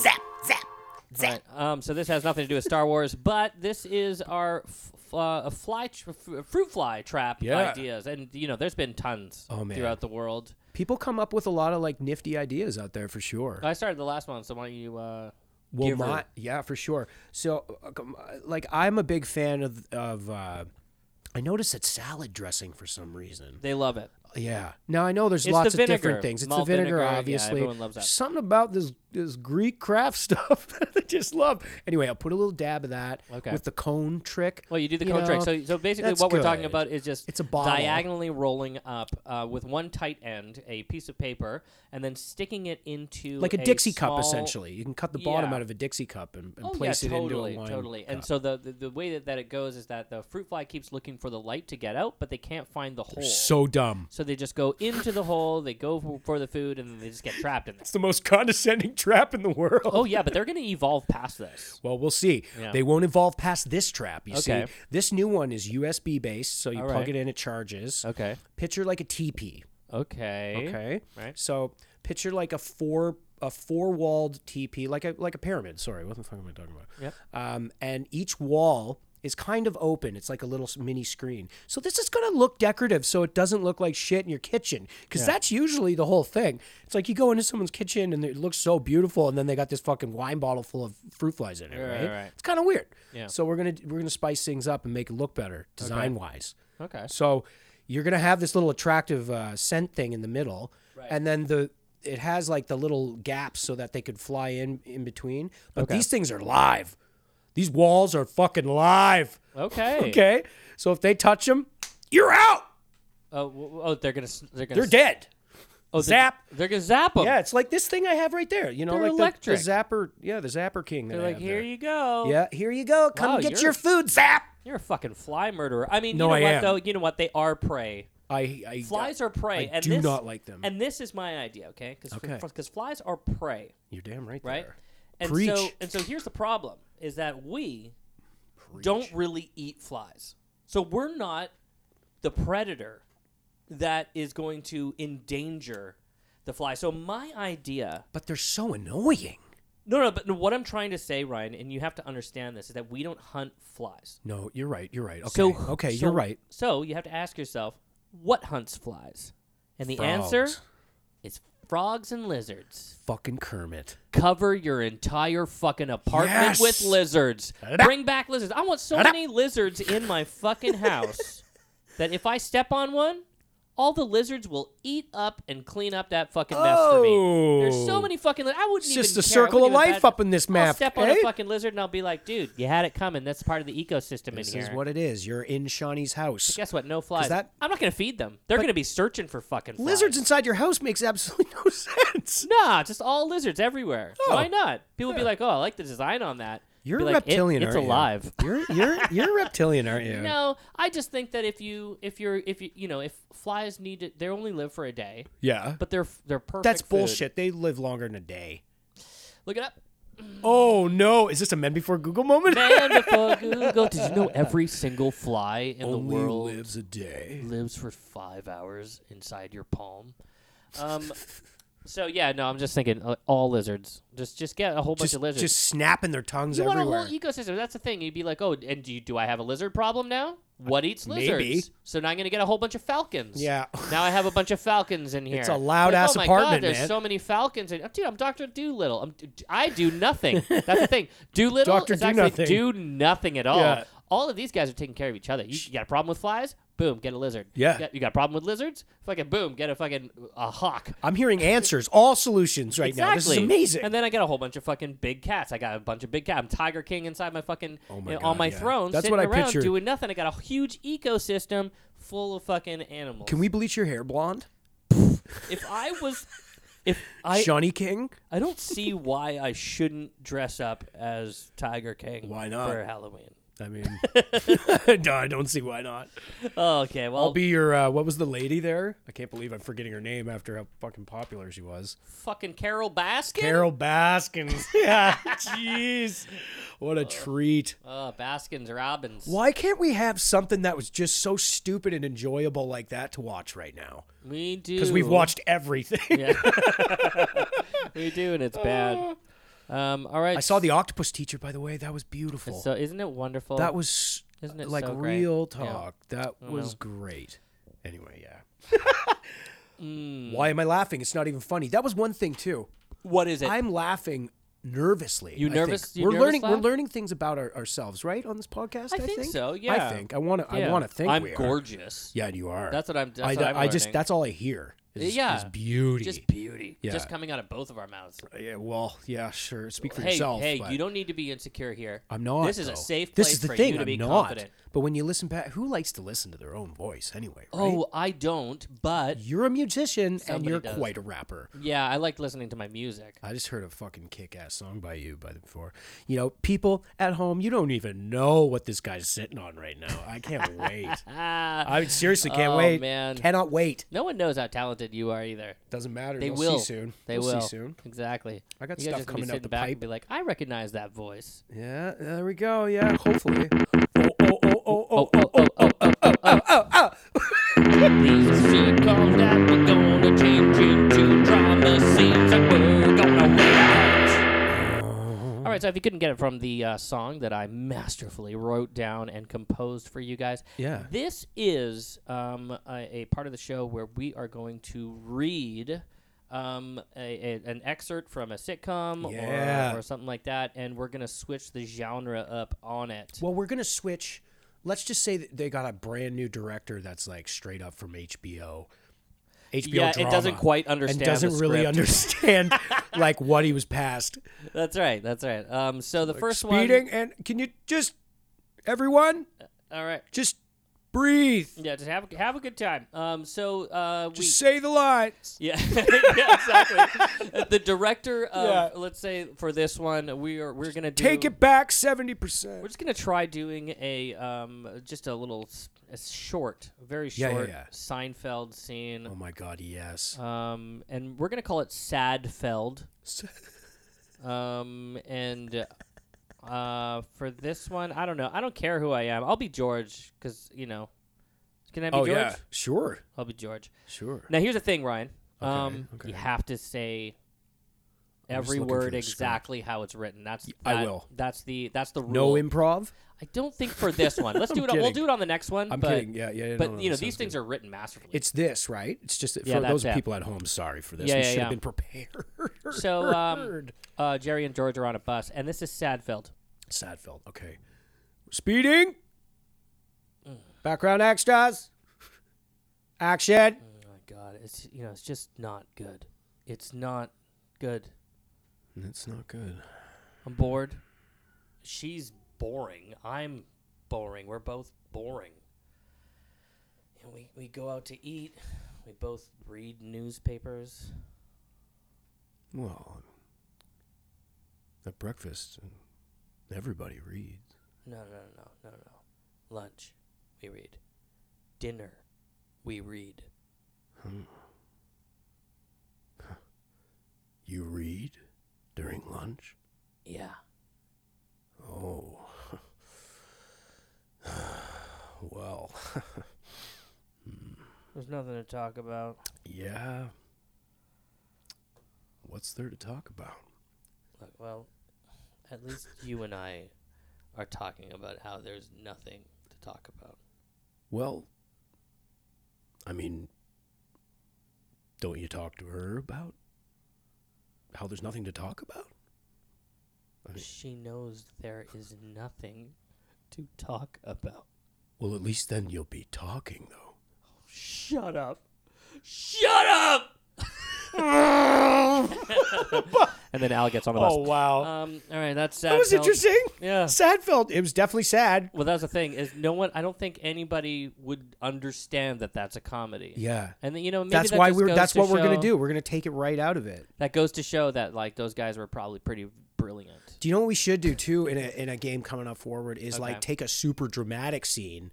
S6: Zap, zap,
S1: All
S6: zap.
S1: right, um, so this has nothing to do with Star Wars, but this is our f- f- uh, fly tr- f- fruit fly trap
S3: Yeah.
S1: ideas, and you know, there's been tons
S3: Oh, man.
S1: throughout the world.
S3: People come up with a lot of like nifty ideas out there for sure.
S1: I started the last one, so why don't you? Uh,
S3: Well,
S1: give her-
S3: my- yeah, for sure. So, uh, com- uh, like, I'm a big fan of. of uh, I noticed that salad dressing for some reason.
S1: They love it.
S3: Yeah. Now I know there's
S1: It's
S3: lots
S1: the
S3: of different
S1: vinegar.
S3: things. It's the
S1: Malt
S3: vinegar,
S1: vinegar, yeah,
S3: obviously.
S1: everyone loves that.
S3: Something about this this Greek craft stuff that I just love. Anyway, I'll put a little dab of that
S1: Okay.
S3: with the cone trick.
S1: Well, you do the
S3: You
S1: cone trick.
S3: know,
S1: So, so basically,
S3: that's
S1: what we're talking
S3: good.
S1: about is just
S3: It's a bottle.
S1: diagonally rolling up uh, with one tight end a piece of paper, and then sticking it into
S3: like a, Dixie cup,
S1: small-
S3: essentially. You can cut the bottom
S1: Yeah.
S3: out of a Dixie cup and, and
S1: Oh,
S3: place
S1: yeah,
S3: it
S1: totally,
S3: into a wine.
S1: totally.
S3: cup.
S1: And so the, the the way that, that it goes is that the fruit fly keeps looking for the light to get out, but they can't find the hole.
S3: so dumb.
S1: So they just go into the hole, they go for, for the food, and then they just get trapped in there.
S3: It's the most condescending trap in the world.
S1: Oh yeah, but they're gonna evolve past this.
S3: Well, we'll see.
S1: Yeah.
S3: They won't evolve past this trap. You
S1: Okay.
S3: see, this new one is USB based, so you
S1: All
S3: plug
S1: right.
S3: it in, it charges.
S1: Okay.
S3: Picture like a teepee.
S1: Okay.
S3: Okay.
S1: Right.
S3: So picture like a four a four walled teepee, like a like a pyramid. Sorry, what the fuck am I talking about?
S1: Yep.
S3: Um, and each wall is kind of open. It's like a little s- mini screen. So this is gonna look decorative, so it doesn't look like shit in your kitchen, because that's usually the whole thing. It's like you go into someone's kitchen and it looks so beautiful, and then they got this fucking wine bottle full of fruit flies in it.
S1: Right,
S3: Right.
S1: right.
S3: It's kind of weird.
S1: Yeah.
S3: So we're gonna we're gonna spice things up and make it look better design wise.
S1: Okay.
S3: So you're gonna have this little attractive uh, scent thing in the middle, and then the it has like the little gaps so that they could fly in in between. But these things are live. These walls are fucking live.
S1: Okay.
S3: Okay. So if they touch them, you're out.
S1: Oh, w- w- oh, they're gonna s- they're gonna
S3: They're
S1: s-
S3: dead.
S1: oh, they're-
S3: zap.
S1: They're gonna zap them.
S3: Yeah, it's like this thing I have right there. You know,
S1: They're
S3: like
S1: electric.
S3: The, the zapper. Yeah, the zapper king. That
S1: They're
S3: I
S1: like,
S3: have
S1: here
S3: there.
S1: you go.
S3: Yeah, here you go. Come
S1: Wow,
S3: get
S1: you're-
S3: your food. Zap.
S1: You're a fucking fly murderer. I mean,
S3: No,
S1: you know
S3: I
S1: what
S3: am.
S1: though? You know what? They are prey.
S3: I, I
S1: Flies are prey.
S3: I
S1: and
S3: do
S1: this,
S3: not like them.
S1: And this is my idea, okay? Because
S3: Okay.
S1: flies are prey,
S3: You're damn right.
S1: right?
S3: there.
S1: And so
S3: Preach.
S1: and so here's the problem: is that we don't really eat flies, so we're not the predator that is going to endanger the fly. So my idea
S3: But they're so annoying.
S1: no, no, but what I'm trying to say, Ryan, and you have to understand this, is that we don't hunt flies.
S3: No, you're right. You're right. Okay.
S1: So
S3: okay,
S1: so-
S3: you're right.
S1: So you have to ask yourself, what hunts flies? And the answer
S3: Frogs.
S1: is frogs and lizards.
S3: Fucking Kermit.
S1: Cover your entire fucking apartment with
S3: Yes!
S1: lizards.
S3: Da-da.
S1: Bring back lizards. I want so many lizards in my fucking house that if I step on one, all the lizards will eat up and clean up that fucking mess for me. There's so
S3: Oh.
S1: many fucking. Li- I wouldn't
S3: It's
S1: even.
S3: just a
S1: care. I
S3: circle
S1: wouldn't
S3: of
S1: even
S3: life
S1: imagine-
S3: up in this
S1: I'll
S3: map,
S1: step on a
S3: eh?
S1: fucking lizard and I'll be like, dude, you had it coming. That's part of the ecosystem
S3: This
S1: in here.
S3: is what it is. You're in Shawnee's house.
S1: Guess what? No flies.
S3: that-
S1: I'm not going to feed them. They're going to be searching for fucking flies.
S3: Lizards inside your house makes absolutely no sense.
S1: Nah, just all lizards everywhere.
S3: Oh.
S1: Why not? People be like, "Oh, I like the design on that."
S3: You're
S1: Be
S3: a
S1: like, "It-
S3: reptilian.
S1: it's
S3: aren't
S1: alive.
S3: You? You're you're you're a reptilian, aren't you?
S1: No, I just think that if you if you're if you you know if flies need to they only live for a day,
S3: Yeah.
S1: but they're they're perfect.
S3: That's
S1: food.
S3: bullshit. They live longer than a day.
S1: Look it up.
S3: Oh no! Is this a men before Google moment?
S1: Man before Google. Did you know every single fly in the world
S3: a day.
S1: lives for five hours inside your palm. Um, so yeah, no, I'm just thinking uh, all lizards. Just just get a whole bunch
S3: Just,
S1: of lizards.
S3: just snapping their tongues
S1: you
S3: everywhere.
S1: want a whole ecosystem. That's the thing. You'd be like, oh, and do you, do I have a lizard problem now? What eats lizards?
S3: maybe.
S1: So now I'm gonna get a whole bunch of falcons.
S3: Yeah.
S1: now I have a bunch of falcons in here.
S3: a loud-ass
S1: oh my
S3: apartment,
S1: God, there's
S3: man.
S1: so many falcons. In, dude, I'm Doctor Doolittle. I'm, I do nothing. That's the thing. Doolittle
S3: Dr.
S1: is
S3: Do
S1: actually
S3: Nothing.
S1: do nothing at all.
S3: Yeah.
S1: All of these guys are taking care of each other. You, you got a problem with flies? Boom, get a lizard.
S3: Yeah.
S1: You got, you got a problem with lizards? Fucking boom, get a fucking a hawk.
S3: I'm hearing answers, all solutions right now. This is
S1: Exactly.
S3: amazing.
S1: And then I get a whole bunch of fucking big cats. I got a bunch of big cats. I'm Tiger King inside my fucking
S3: Oh my
S1: you know,
S3: God,
S1: on my
S3: yeah.
S1: throne,
S3: That's
S1: sitting
S3: what I
S1: around
S3: pictured.
S1: doing nothing. I got a huge ecosystem full of fucking animals.
S3: Can we bleach your hair blonde?
S1: If I was if I
S3: Shawnee King.
S1: I don't see why I shouldn't dress up as Tiger King.
S3: Why not?
S1: for Halloween?
S3: I mean, no, I don't see why not.
S1: Oh, okay, well,
S3: I'll be your. Uh, what was the lady there? I can't believe I'm forgetting her name after how fucking popular she was.
S1: fucking Carol Baskin.
S3: Carol Baskins. yeah, jeez, what a treat.
S1: Oh, Baskins Robbins.
S3: Why can't we have something that was just so stupid and enjoyable like that to watch right now?
S1: We do
S3: Because we've watched everything.
S1: Yeah. we do, and it's bad. Um, all right.
S3: I saw the Octopus Teacher, by the way. That was beautiful.
S1: So isn't it wonderful?
S3: that was
S1: Isn't it
S3: like
S1: so great?
S3: real
S1: Yeah.
S3: talk. That was great. Anyway, yeah.
S1: Mm.
S3: Why am I laughing? It's not even funny. That was one thing too.
S1: what is it?
S3: I'm laughing nervously.
S1: You
S3: I think.
S1: nervous- you
S3: we're
S1: nervous
S3: learning.
S1: laugh?
S3: We're learning things about our, ourselves, right, on this podcast. I,
S1: think so,
S3: I
S1: yeah.
S3: think. I want to. I
S1: Yeah.
S3: want to think.
S1: I'm
S3: we are.
S1: gorgeous.
S3: Yeah, you are.
S1: That's what I'm- that's
S3: I,
S1: what I'm
S3: I just.
S1: learning.
S3: That's all I hear. Is,
S1: Yeah.
S3: Is beauty.
S1: Just beauty.
S3: Yeah.
S1: Just coming out of both of our mouths.
S3: yeah. Well. Yeah. Sure. Speak for
S1: hey,
S3: yourself.
S1: hey,
S3: but
S1: you don't need to be insecure here.
S3: I'm not.
S1: This is
S3: though.
S1: a safe place
S3: This is the
S1: for
S3: thing.
S1: you to
S3: I'm
S1: be
S3: not.
S1: confident.
S3: But when you listen back, who likes to listen to their own voice anyway? Right?
S1: Oh, I don't, but
S3: you're a musician and
S1: Somebody
S3: you're
S1: does.
S3: quite a rapper.
S1: yeah, I like listening to my music.
S3: I just heard a fucking kick-ass song by you by the before. You know, people at home, you don't even know what this guy's sitting on right now. I can't wait.
S1: Ah,
S3: I seriously can't
S1: Oh,
S3: wait.
S1: man.
S3: Cannot wait.
S1: no one knows how talented you are either.
S3: Doesn't matter.
S1: They
S3: We'll
S1: will
S3: see soon.
S1: They
S3: We'll
S1: will
S3: see soon.
S1: Exactly.
S3: I got
S1: you guys
S3: stuff
S1: just gonna be
S3: coming out
S1: sitting
S3: the
S1: back
S3: pipe.
S1: And be like, I recognize that voice.
S3: Yeah, there we go. Yeah, hopefully. Oh, oh, oh, oh, oh,
S1: oh, oh, oh, oh, oh, oh, oh, These seagulls that we're gonna change into drama scenes that we're gonna write. All right, so if you couldn't get it from the uh, song that I masterfully wrote down and composed for you guys,
S3: Yeah.
S1: this is um, a, a part of the show where we are going to read um, a, a, an excerpt from a sitcom or-
S3: Yeah.
S1: or, something like that, and we're gonna switch the genre up on it.
S3: Well, we're gonna switch. Let's just say that they got a brand new director that's like straight up from HBO. HBO
S1: yeah,
S3: drama
S1: it doesn't quite
S3: and
S1: understand. the
S3: doesn't really
S1: script.
S3: understand like what he was passed.
S1: That's right. That's right. Um, so the first
S3: Speeding
S1: one.
S3: and can you just everyone
S1: All right.
S3: just breathe.
S1: Yeah, just have a, have a good time. Um, so uh, we.
S3: Just say the lines.
S1: yeah, yeah, exactly. the director of
S3: Yeah.
S1: let's say for this one, we are we're gonna do,
S3: Take it back seventy
S1: We're
S3: percent.
S1: just gonna try doing a um, just a little s- a short, very
S3: Yeah, yeah,
S1: short
S3: yeah.
S1: Seinfeld scene.
S3: Oh my god, yes.
S1: Um, and we're gonna call it Sadfeld. Um, and uh, for this one, I don't know. I don't care who I am. I'll be George because you know. Can I be
S3: oh
S1: George?
S3: yeah, sure,
S1: I'll be George.
S3: sure.
S1: Now here's the thing, Ryan.
S3: Okay,
S1: um,
S3: okay.
S1: you have to say
S3: I'm just
S1: every
S3: looking for
S1: word
S3: the script.
S1: exactly how it's written. That's
S3: I
S1: that-
S3: will.
S1: That's the that's the
S3: No
S1: rule.
S3: improv.
S1: I don't think for this one. Let's do
S3: I'm
S1: it. on- We'll
S3: kidding.
S1: do it on the next one.
S3: I'm
S1: but,
S3: kidding. Yeah, yeah.
S1: But you know these things are written masterfully.
S3: It's this, right? It's just that
S1: Yeah,
S3: for those
S1: that's it.
S3: people at home. Sorry for this.
S1: Yeah,
S3: we
S1: yeah,
S3: should
S1: yeah.
S3: have been prepared.
S1: so um, uh, Jerry and George are on a bus, and this is Sadfeld.
S3: Sadfeld. Okay. Speeding. Background extras. Action.
S1: Oh my god, it's you know, it's just not good. It's not good.
S3: It's not good.
S1: I'm bored. She's boring. I'm boring. We're both boring. And we, we go out to eat. We both read newspapers.
S3: Well, at breakfast, everybody reads.
S1: No, no, no, no, no, no. Lunch, we read. Dinner, we read.
S3: You read during lunch?
S1: Yeah.
S3: Oh. well,
S1: There's nothing to talk about.
S3: yeah. What's there to talk about?
S1: Look, well, at least you and I are talking about how there's nothing to talk about.
S3: Well, I mean, don't you talk to her about how there's nothing to talk about?
S1: She knows there is nothing to talk about.
S3: Well, at least then you'll be talking, though.
S1: Shut up. Shut up! and then Al gets on the bus.
S3: Oh wow.
S1: Um, all right, that's sad.
S3: that was
S1: Feld.
S3: interesting.
S1: Yeah.
S3: Sad felt. It was definitely sad.
S1: Well, that's the thing is no one. I don't think anybody would understand that that's a comedy.
S3: Yeah.
S1: and then, you know maybe
S3: that's
S1: that
S3: why
S1: just
S3: we're.
S1: goes
S3: That's
S1: to
S3: what we're gonna
S1: show-
S3: do. We're gonna take it right out of it.
S1: That goes to show that like those guys were probably pretty brilliant.
S3: Do you know what we should do too in a in a game coming up forward is
S1: Okay.
S3: like take a super dramatic scene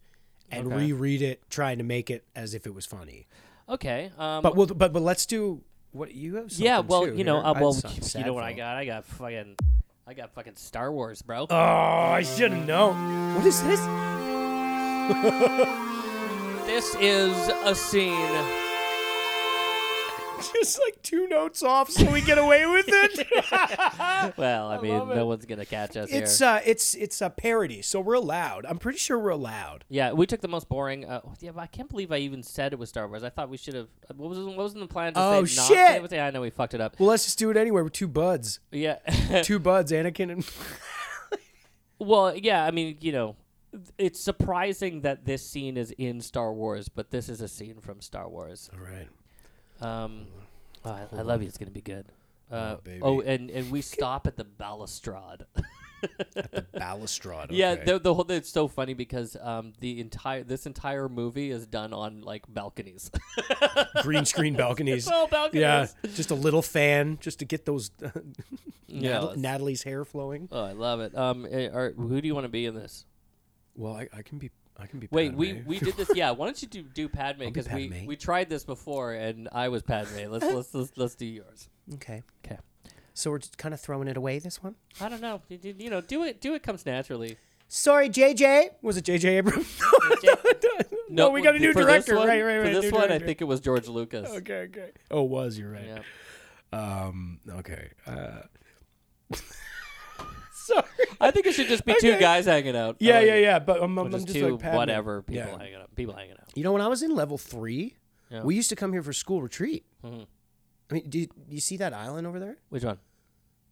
S3: and
S1: Okay.
S3: reread it, trying to make it as if it was funny.
S1: Okay, um,
S3: But we'll but but let's do what you have. Something
S1: yeah, well,
S3: too
S1: you know,
S3: here.
S1: uh,
S3: I-
S1: well,
S3: it's not
S1: you
S3: sad
S1: know what I
S3: felt.
S1: got? I got fucking, I got fucking Star Wars, bro.
S3: Oh, I should have known. What is this?
S1: This is a scene.
S3: Just like two notes off, so we get away with it.
S1: Well, I, mean, no one's gonna catch us here.
S3: it's uh, it's it's a parody, so we're allowed. I'm pretty sure we're allowed.
S1: yeah, we took the most boring. Uh, yeah, but I can't believe I even said it was Star Wars. I thought we should have. uh, What was what was in the plan to
S3: Oh,
S1: say not?
S3: shit.
S1: Say, it? yeah, I know we fucked it up.
S3: Well, let's just do it anyway. We're two buds,
S1: Yeah.
S3: two buds, Anakin and.
S1: well, yeah. I mean, you know, it's surprising that this scene is in Star Wars, but this is a scene from Star Wars.
S3: All right.
S1: Um, oh, I, I love you. It's gonna be good. Uh, oh,
S3: baby.
S1: and and we stop at the balustrade.
S3: Balustrade.
S1: Yeah,
S3: okay.
S1: the, the whole it's so funny because um, the entire this entire movie is done on like balconies.
S3: green screen balconies.
S1: all balconies.
S3: Yeah, just a little fan, just to get those
S1: Yeah,
S3: Natal-
S1: it's-
S3: Natalie's hair flowing.
S1: Oh, I love it. Um, eh, are, who do you want to be in this?
S3: Well, I, I can be, I can be.
S1: Wait,
S3: Padme.
S1: we, we did this. Yeah, why don't you do do Padme
S3: be
S1: because we,
S3: Padme.
S1: we tried this before and I was Padme. Let's let's let's, let's do yours.
S3: okay.
S1: Okay.
S3: So we're just kind of throwing it away. This one.
S1: I don't know. You, you- you know, do it. Do it comes naturally.
S3: Sorry, JJ. Was it JJ Abrams? no, we got a new
S1: for this
S3: director.
S1: one-
S3: right, right, right.
S1: For
S3: new
S1: this one, I
S3: director.
S1: think it was George Lucas.
S3: Okay, okay. Oh, it was you're right.
S1: Yeah.
S3: Um. Okay. Uh. sorry.
S1: I think it should just be two
S3: Okay.
S1: guys hanging out. Oh, I
S3: Yeah,
S1: like
S3: oh, yeah,
S1: it.
S3: yeah. But I'm, I'm,
S1: Or
S3: I'm
S1: just
S3: just
S1: two
S3: like Padme.
S1: whatever people
S3: Yeah.
S1: hanging out. People hanging out.
S3: You know, when I was in level three,
S1: Yeah. Mm-hmm.
S3: we used to come here for school retreat. I mean, do you, you see that island over there?
S1: Which one?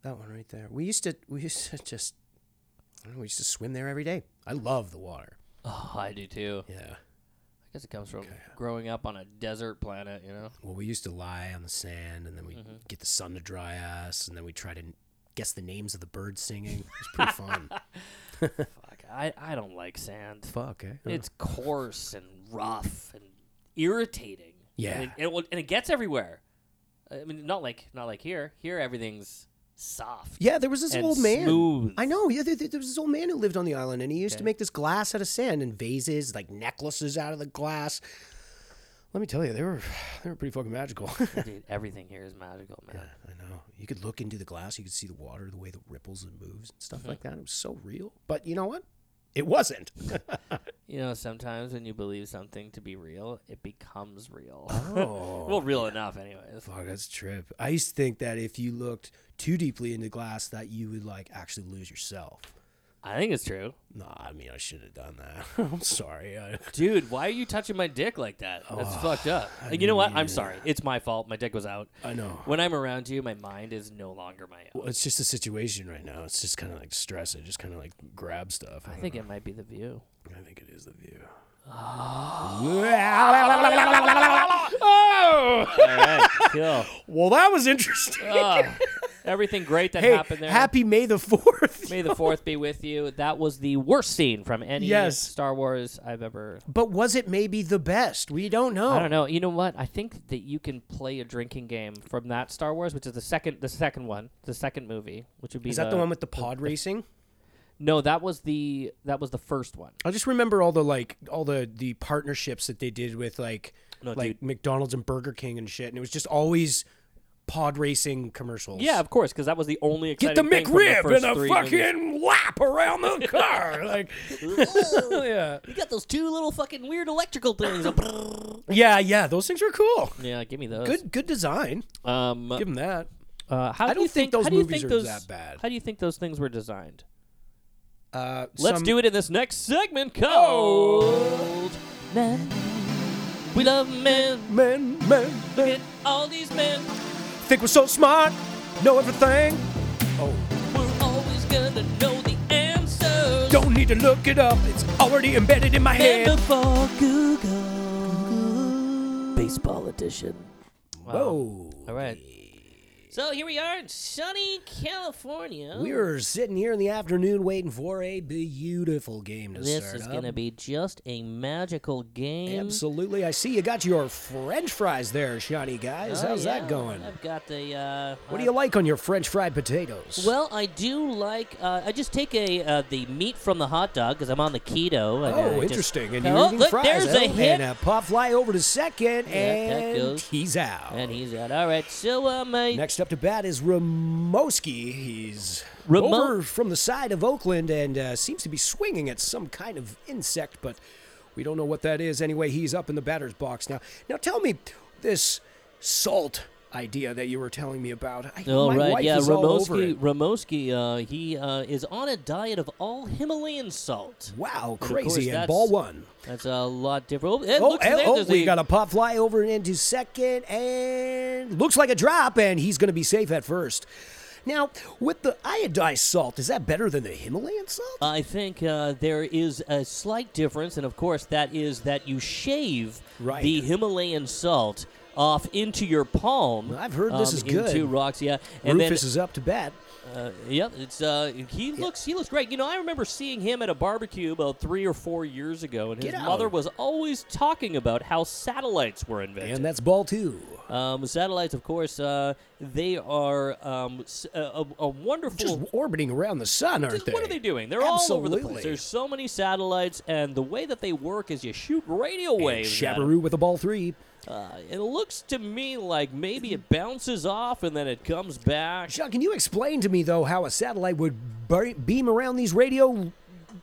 S3: That one right there. We used to, we used to just, I don't know, we used to swim there every day. I love the water.
S1: Oh, I do too.
S3: Yeah.
S1: I guess it comes from growing up on a desert planet, you know?
S3: Well, we used to lie on the sand, and then we
S1: Mm-hmm.
S3: get the sun to dry us, and then we try to guess the names of the birds singing. It's pretty fun.
S1: Fuck, I, I don't like sand.
S3: Fuck. Eh?
S1: It's coarse and rough and irritating.
S3: Yeah.
S1: And it, it, will- and it gets everywhere. I mean, not like not like here. Here, everything's soft.
S3: Yeah, there was this
S1: and
S3: old man.
S1: smooth.
S3: I know. Yeah, there, there was this old man who lived on the island, and he used
S1: Okay.
S3: to make this glass out of sand and vases, like necklaces out of the glass. Let me tell you, they were they were pretty fucking magical. I
S1: Dude, everything here is magical, man.
S3: know. You could look into the glass, you could see the water, the way the ripples and moves and
S1: Mm-hmm.
S3: stuff like that. It was so real. But you know what? It wasn't.
S1: You know, sometimes when you believe something to be real, it becomes real.
S3: Oh.
S1: well, real enough, anyways.
S3: Fuck, that's a trip. I used to think that if you looked too deeply into glass, that you would like actually lose yourself.
S1: I think it's true.
S3: Nah, I mean I should have done that. I'm sorry. I,
S1: Dude, why are you touching my dick like that? That's
S3: Oh,
S1: fucked up. And you know what? I'm sorry. It's my fault. My dick was out.
S3: I know.
S1: When I'm around you, my mind is no longer my own.
S3: Well, it's just the situation right now. It's just kind of like stress. I just kind of like grab stuff.
S1: I think it might be the view.
S3: I think it is the view.
S1: Ah.
S3: Oh,
S1: All right, cool.
S3: well, that was interesting.
S1: Oh, everything great that
S3: Hey,
S1: happened there.
S3: happy May the Fourth.
S1: May the Fourth be with you. That was the worst scene from any
S3: Yes.
S1: Star Wars I've ever.
S3: But was it maybe the best? We don't know.
S1: I don't know. You know what? I think that you can play a drinking game from that Star Wars, which is the second, the second one, the second movie, which would be.
S3: Is that the one with the pod racing?
S1: No, that was the that was the first one.
S3: I just remember all the like all the the partnerships that they did with like
S1: No,
S3: like McDonald's and Burger King and shit, and it was just always pod racing commercials.
S1: Yeah, of course, because that was the only
S3: Get
S1: exciting
S3: the
S1: thing from the
S3: McRib
S1: first
S3: and a
S1: three
S3: fucking
S1: movies.
S3: lap around the car. like, yeah,
S1: You got those two little fucking weird electrical things.
S3: yeah, yeah. Those things were cool.
S1: yeah, give me those.
S3: Good, good design.
S1: Um,
S3: Give them that.
S1: uh, how
S3: I
S1: do you
S3: don't think those
S1: how do you
S3: movies
S1: think
S3: are
S1: those,
S3: that bad.
S1: How do you think those things were designed?
S3: Uh,
S1: Let's
S3: some- Oh.
S1: do it in this next segment called Men. We love men.
S3: Men, men,
S1: Look
S3: men.
S1: at all these men.
S3: Think we're so smart, know everything. Oh,
S1: We're always gonna know the answers.
S3: don't need to look it up. It's already embedded in my head.
S1: Men before Google. Baseball edition.
S3: Whoa.
S1: All right. So here we are in sunny California.
S3: We were sitting here in the afternoon waiting for a beautiful game to
S1: this
S3: start
S1: is
S3: up.
S1: gonna be just a magical game.
S3: Absolutely. I see you got your French fries there, shiny guys.
S1: Oh,
S3: How's
S1: yeah.
S3: that going?
S1: I've got the. Uh,
S3: What
S1: uh,
S3: do you like on your French fried potatoes?
S1: Well, I do like. Uh, I just take a uh, the meat from the hot dog because I'm on the keto. and I
S3: Oh,
S1: just-
S3: interesting. And
S1: oh,
S3: you're eating
S1: look,
S3: fries.
S1: there's a
S3: oh,
S1: hit.
S3: And a pop fly over to second,
S1: Yeah, that
S3: and
S1: goes.
S3: he's out.
S1: and he's out. All right. So, um, I,
S3: Next up to bat is Ramoski. He's
S1: Ramo-
S3: over from the side of Oakland and uh, seems to be swinging at some kind of insect, but we don't know what that is. Anyway, he's up in the batter's box now. Now tell me this salt idea that you were telling me about. I,
S1: All
S3: my
S1: right,
S3: wife
S1: yeah,
S3: is all over
S1: Ramoski,
S3: it.
S1: Ramoski, uh, he uh, is on a diet of all Himalayan salt.
S3: Wow,
S1: of course,
S3: crazy! And,
S1: that's-
S3: ball one.
S1: That's a lot different. Oh, it
S3: Oh,
S1: looks
S3: eh,
S1: there,
S3: oh,
S1: there's
S3: we
S1: a-
S3: got a pop fly over and into second, and looks like a drop, and he's going to be safe at first. Now, with the iodized salt, is that better than the Himalayan salt?
S1: I think uh, there is a slight difference, and of course, that is that you shave
S3: Right.
S1: the Himalayan salt off into your palm.
S3: I've heard this
S1: um,
S3: is good.
S1: Into rocks, yeah. And
S3: Rufus is up to bat.
S1: then, uh, yep, it's uh, he looks he looks great. You know, I remember seeing him at a barbecue about three or four years ago, and his
S3: Get out.
S1: mother was always talking about how satellites were invented.
S3: And that's ball two.
S1: Um, satellites, of course, uh, they are um, s- a, a, a
S3: Just
S1: wonderful.
S3: orbiting around the sun, aren't
S1: Just-
S3: they?
S1: what are they doing? They're all over the
S3: Absolutely.
S1: place. There's so many satellites, and the way that they work is you shoot radio
S3: And
S1: waves. at 'em.
S3: Shabaroo with a ball three.
S1: Uh, it looks to me like maybe it bounces off and then it comes back.
S3: Sean, can you explain to me, though, how a satellite would be- beam around these radio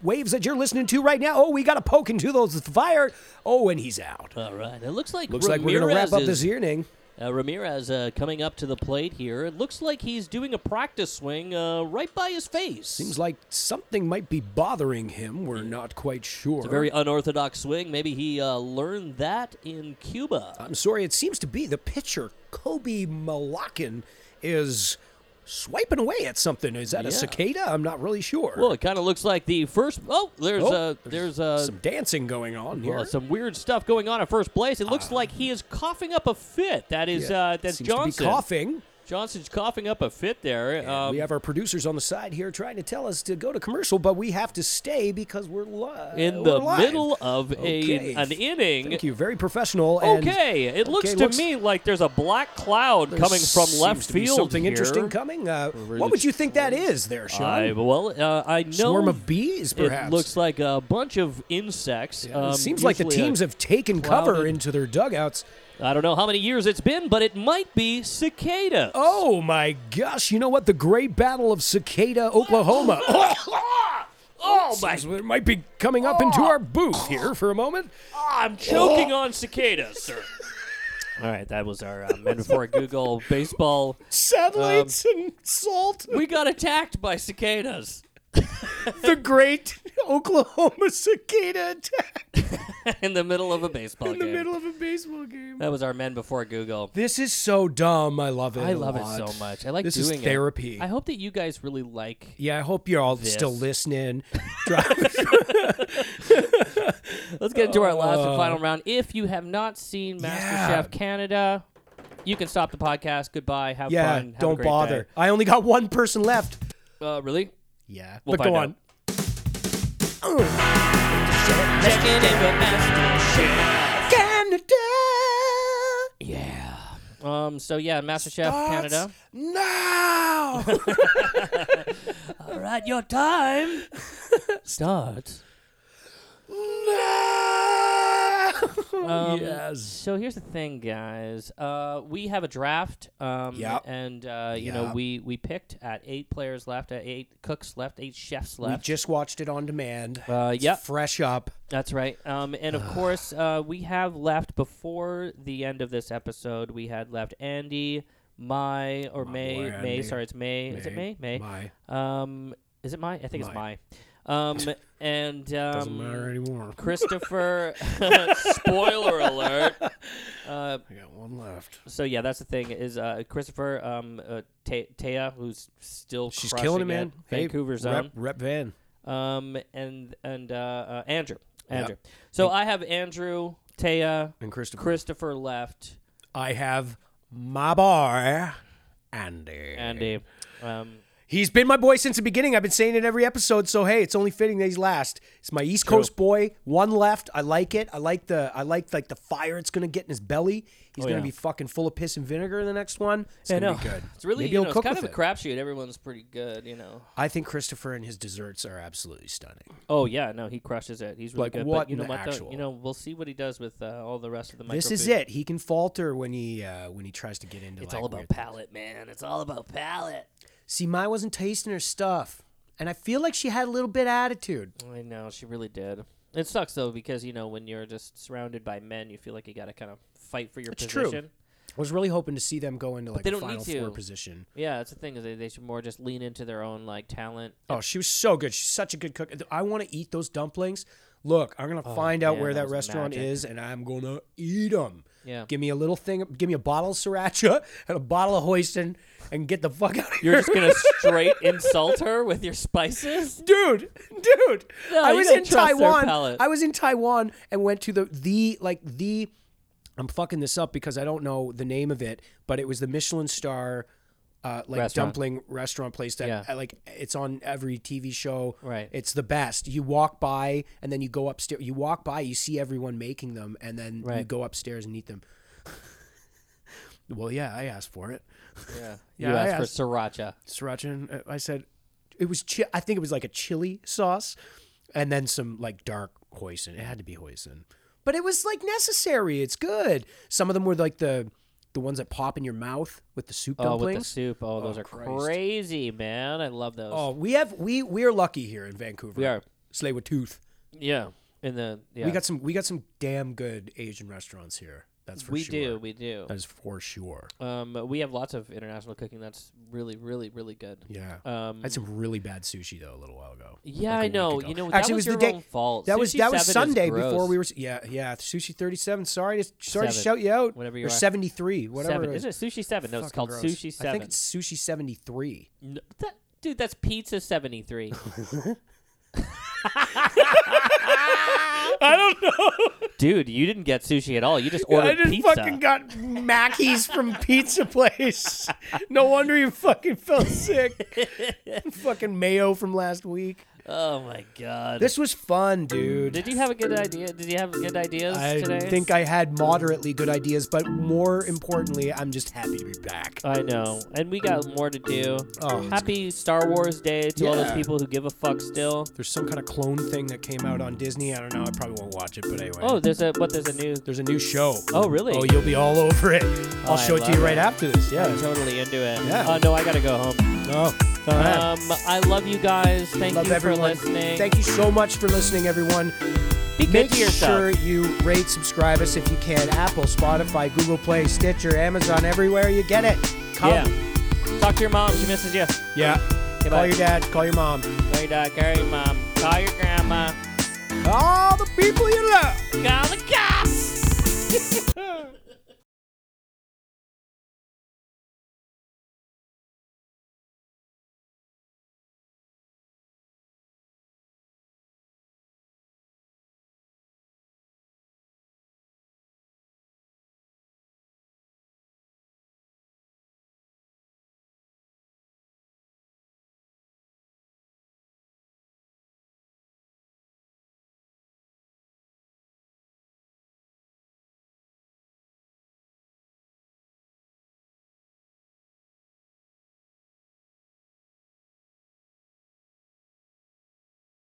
S3: waves that you're listening to right now? Oh, we got to poke into those fire. Oh, and he's out.
S1: All right. It looks like
S3: Looks like
S1: Ramirez
S3: we're going to wrap up
S1: is,
S3: this evening.
S1: Uh, Ramirez uh, coming up to the plate here. It looks like he's doing a practice swing uh, right by his face.
S3: Seems like something might be bothering him. We're not quite sure.
S1: a very unorthodox swing. Maybe he uh, learned that in Cuba.
S3: I'm sorry, it seems to be the pitcher, Kobe Malakin, is swiping away at something. Is that
S1: Yeah.
S3: a cicada? I'm not really sure.
S1: Well, Oh, it kind of looks like the first. Oh, there's
S3: Oh,
S1: uh, there's uh,
S3: some dancing going on here.
S1: uh, some weird stuff going on at first place. It looks like he is coughing up a fit. That is
S3: Ah. Yeah,
S1: uh, that's
S3: seems to be
S1: Johnson.
S3: coughing.
S1: Johnson's coughing up a fit there.
S3: And
S1: Um,
S3: we have our producers on the side here trying to tell us to go to commercial, but we have to stay because we're live.
S1: in
S3: we're
S1: the
S3: live.
S1: middle of
S3: Okay.
S1: a, an inning.
S3: Thank you. Very professional. and
S1: Okay, it looks
S3: Okay,
S1: to me like there's a black cloud
S3: there
S1: coming from left
S3: seems to be
S1: field.
S3: Something
S1: here.
S3: interesting coming. Uh,
S1: really
S3: what would you think that is there, Sean?
S1: I, well, uh, I know
S3: Swarm of bees, perhaps.
S1: It looks like a bunch of insects.
S3: Yeah,
S1: um,
S3: it seems like the
S1: usually a-
S3: teams have taken cover
S1: clouded-
S3: into their dugouts.
S1: I don't know how many years it's been, but it might be cicada.
S3: Oh my gosh! You know what? The Great Battle of Cicada, Oklahoma. Oh,
S1: oh my!
S3: it might be coming up into our booth here for a moment.
S1: I'm choking on cicadas, sir. oh. All right, that was our uh, metaphor. Google baseball. Um,
S3: Satellites and salt.
S1: We got attacked by cicadas.
S3: The Great Oklahoma Cicada attack
S1: in the middle of a baseball
S3: in the
S1: game.
S3: middle of a baseball game.
S1: That was our men before Google.
S3: This is so dumb. I love it.
S1: I
S3: a
S1: love it
S3: lot.
S1: so much. I like
S3: this
S1: doing
S3: is therapy.
S1: it. I hope that you guys really like.
S3: yeah, I hope you're all still listening. Drive-
S1: Let's get into our last and final round. If you have not seen
S3: Uh, Yeah.
S1: MasterChef Canada, you can stop the podcast. Goodbye. Have
S3: yeah,
S1: fun. Have a
S3: don't
S1: great
S3: bother. I only got one person left.
S1: day. Uh, really?
S3: Yeah,
S1: We'll
S3: but
S1: find
S3: go
S1: out.
S3: on.
S1: Checking in with MasterChef.
S3: Canada.
S1: Yeah. Um. So yeah, MasterChef Canada.
S3: Now.
S1: All right, your time starts. Um,
S3: yes.
S1: So here's the thing, guys. Uh, we have a draft. Um,
S3: Yep.
S1: And uh, you know,
S3: Yep.
S1: we we picked at eight players left, at eight cooks left, eight chefs
S3: We
S1: left.
S3: just watched it on demand.
S1: Uh,
S3: It's
S1: yep.
S3: Fresh up.
S1: That's right. Um, and of course, uh, we have left before the end of this episode. We had left Andy, Mai, or May.
S3: boy,
S1: May.
S3: Andy.
S1: Sorry, it's May. Is it May?
S3: May.
S1: May.
S3: Mai.
S1: Um, is it Mai? I think it's Mai. Um, and um,
S3: Doesn't matter anymore.
S1: Christopher. spoiler alert. Uh,
S3: I got one left.
S1: so yeah, that's the thing is uh, Christopher um, uh, Ta- Taya, who's still
S3: She's
S1: crushing
S3: killing it,
S1: it,
S3: man. Hey,
S1: Vancouver
S3: rep,
S1: zone.
S3: Rep Van.
S1: Um, and and uh, uh, Andrew, Andrew. So I have Andrew, Taya,
S3: And Christopher.
S1: Christopher left.
S3: I have my boy, Andy.
S1: Andy. Um,
S3: He's been my boy since the beginning. I've been saying it every episode, so hey, it's only fitting that he's last. It's my East Coast boy, one left. I like it. I like the I like like the fire it's gonna get in his belly. He's gonna
S1: Oh, yeah.
S3: be fucking full of piss and vinegar in the next one. It's
S1: I
S3: gonna
S1: know.
S3: be good.
S1: It's really
S3: Maybe
S1: you
S3: he'll
S1: know, it's
S3: cook
S1: kind of
S3: with
S1: a
S3: it.
S1: crapshoot. Everyone's pretty good, you know.
S3: I think Christopher and his desserts are absolutely stunning.
S1: Oh yeah, no, he crushes it. He's really
S3: Like,
S1: good.
S3: what
S1: but you
S3: in
S1: know
S3: the
S1: what? though?
S3: actual?
S1: You know, we'll see what he does with uh, all the rest of the.
S3: This is
S1: microfood.
S3: it. He can falter when he uh, when he tries to get into
S1: It's
S3: like,
S1: all about
S3: weird-
S1: palate, man. It's all about palate.
S3: See, Mai wasn't tasting her stuff. And I feel like she had a little bit attitude.
S1: I know she really did. It sucks though because you know when you're just surrounded by men, you feel like you got to kind of fight for your
S3: It's true.
S1: position.
S3: I was really hoping to see them go into like
S1: they
S3: the
S1: don't need
S3: final four
S1: to.
S3: position.
S1: Yeah, that's the thing is they, they should more just lean into their own like talent.
S3: Oh, she was so good. She's such a good cook. I want to eat those dumplings. Look, I'm gonna find out
S1: man,
S3: where
S1: Oh, that
S3: that,
S1: was
S3: restaurant
S1: magic.
S3: is, and I'm gonna eat them.
S1: Yeah.
S3: Give me a little thing. Give me a bottle of sriracha and a bottle of hoisin, and get the fuck out of here.
S1: You're just gonna straight insult her with your spices.
S3: dude, dude.
S1: No,
S3: I
S1: you
S3: was
S1: gotta
S3: in
S1: trust their
S3: Taiwan.
S1: palate.
S3: I was in Taiwan and went to the the like the. I'm fucking this up because I don't know the name of it, but it was the Michelin star. Uh, like
S1: Restaurant.
S3: dumpling restaurant place that
S1: Yeah.
S3: uh, like it's on every TV show.
S1: Right.
S3: it's the best. You walk by and then you go upstairs. You walk by, you see everyone making them, and then you
S1: Right.
S3: go upstairs and eat them. well, yeah, I asked for it.
S1: Yeah,
S3: Yeah,
S1: you
S3: I
S1: asked for
S3: asked-
S1: sriracha.
S3: sriracha. And uh, I said it was. Chi- I think it was like a chili sauce, and then some like dark hoisin. It had to be hoisin, but it was like necessary. It's good. Some of them were like the the ones that pop in your mouth with the soup
S1: Oh, with the
S3: dumplings.
S1: soup. Oh, those are
S3: Christ.
S1: crazy, man. I love those.
S3: Oh, we have we we are lucky here in Vancouver.
S1: We are.
S3: Slay with tooth.
S1: yeah. In the yeah.
S3: We got some we got some damn good Asian restaurants here. That's for
S1: we
S3: sure.
S1: do, we do.
S3: That is for sure.
S1: Um, we have lots of international cooking that's really, really, really good.
S3: Yeah.
S1: Um,
S3: I had some really bad sushi though a little while ago.
S1: yeah, I
S3: like a
S1: know.
S3: week ago.
S1: You know,
S3: Actually,
S1: that
S3: it
S1: was,
S3: was the
S1: your
S3: day-
S1: own fault.
S3: That was
S1: Sushi
S3: that was
S1: Seven is
S3: Sunday
S1: gross.
S3: before we were yeah yeah sushi thirty seven. Sorry to sorry to
S1: Seven.
S3: shout you out.
S1: Whatever
S3: or
S1: you are.
S3: seventy three whatever.
S1: Seven.
S3: it is.
S1: Isn't it sushi seven? No, it's
S3: Fucking
S1: called
S3: gross.
S1: sushi
S3: I
S1: seven.
S3: think it's sushi seventy three.
S1: N- that- dude, that's pizza seventy three.
S3: I don't know.
S1: dude, you didn't get sushi at all. You just ordered
S3: I just
S1: pizza.
S3: fucking got Mackey's from Pizza Place. No wonder you fucking felt sick. fucking mayo from last week.
S1: oh my god.
S3: This was fun, dude.
S1: Did you have a good idea? Did you have good ideas
S3: I
S1: today?
S3: think I had moderately good ideas, but more importantly, I'm just happy to be back.
S1: I know, and we got more to do.
S3: Oh, it's-
S1: Happy Star Wars Day to all those
S3: Yeah.
S1: people who give a fuck still.
S3: There's some kind of clone thing that came out on Disney. I don't know. I probably won't watch it, but anyway.
S1: Oh, there's a what? There's a new.
S3: there's a new show.
S1: Oh, really?
S3: Oh, you'll be all over it. I'll
S1: Oh, I
S3: show it to
S1: love
S3: you right
S1: it.
S3: after this. Yeah.
S1: I'm totally into it.
S3: Yeah.
S1: Oh no, I gotta go home.
S3: Oh, all right.
S1: Um, I love you guys. Thank
S3: Love
S1: you for
S3: everyone.
S1: listening.
S3: Thank you so much for listening, everyone.
S1: Be good
S3: Make
S1: to yourself.
S3: sure you rate, subscribe us if you can. Apple, Spotify, Google Play, Stitcher, Amazon, everywhere you get it. Come.
S1: Yeah. Talk to your mom. She misses you.
S3: Yeah.
S1: Okay,
S3: Call
S1: bye.
S3: your dad. Call your mom.
S1: Call your dad. Call your mom. Call your grandma.
S3: All the people you love.
S1: Call the cops.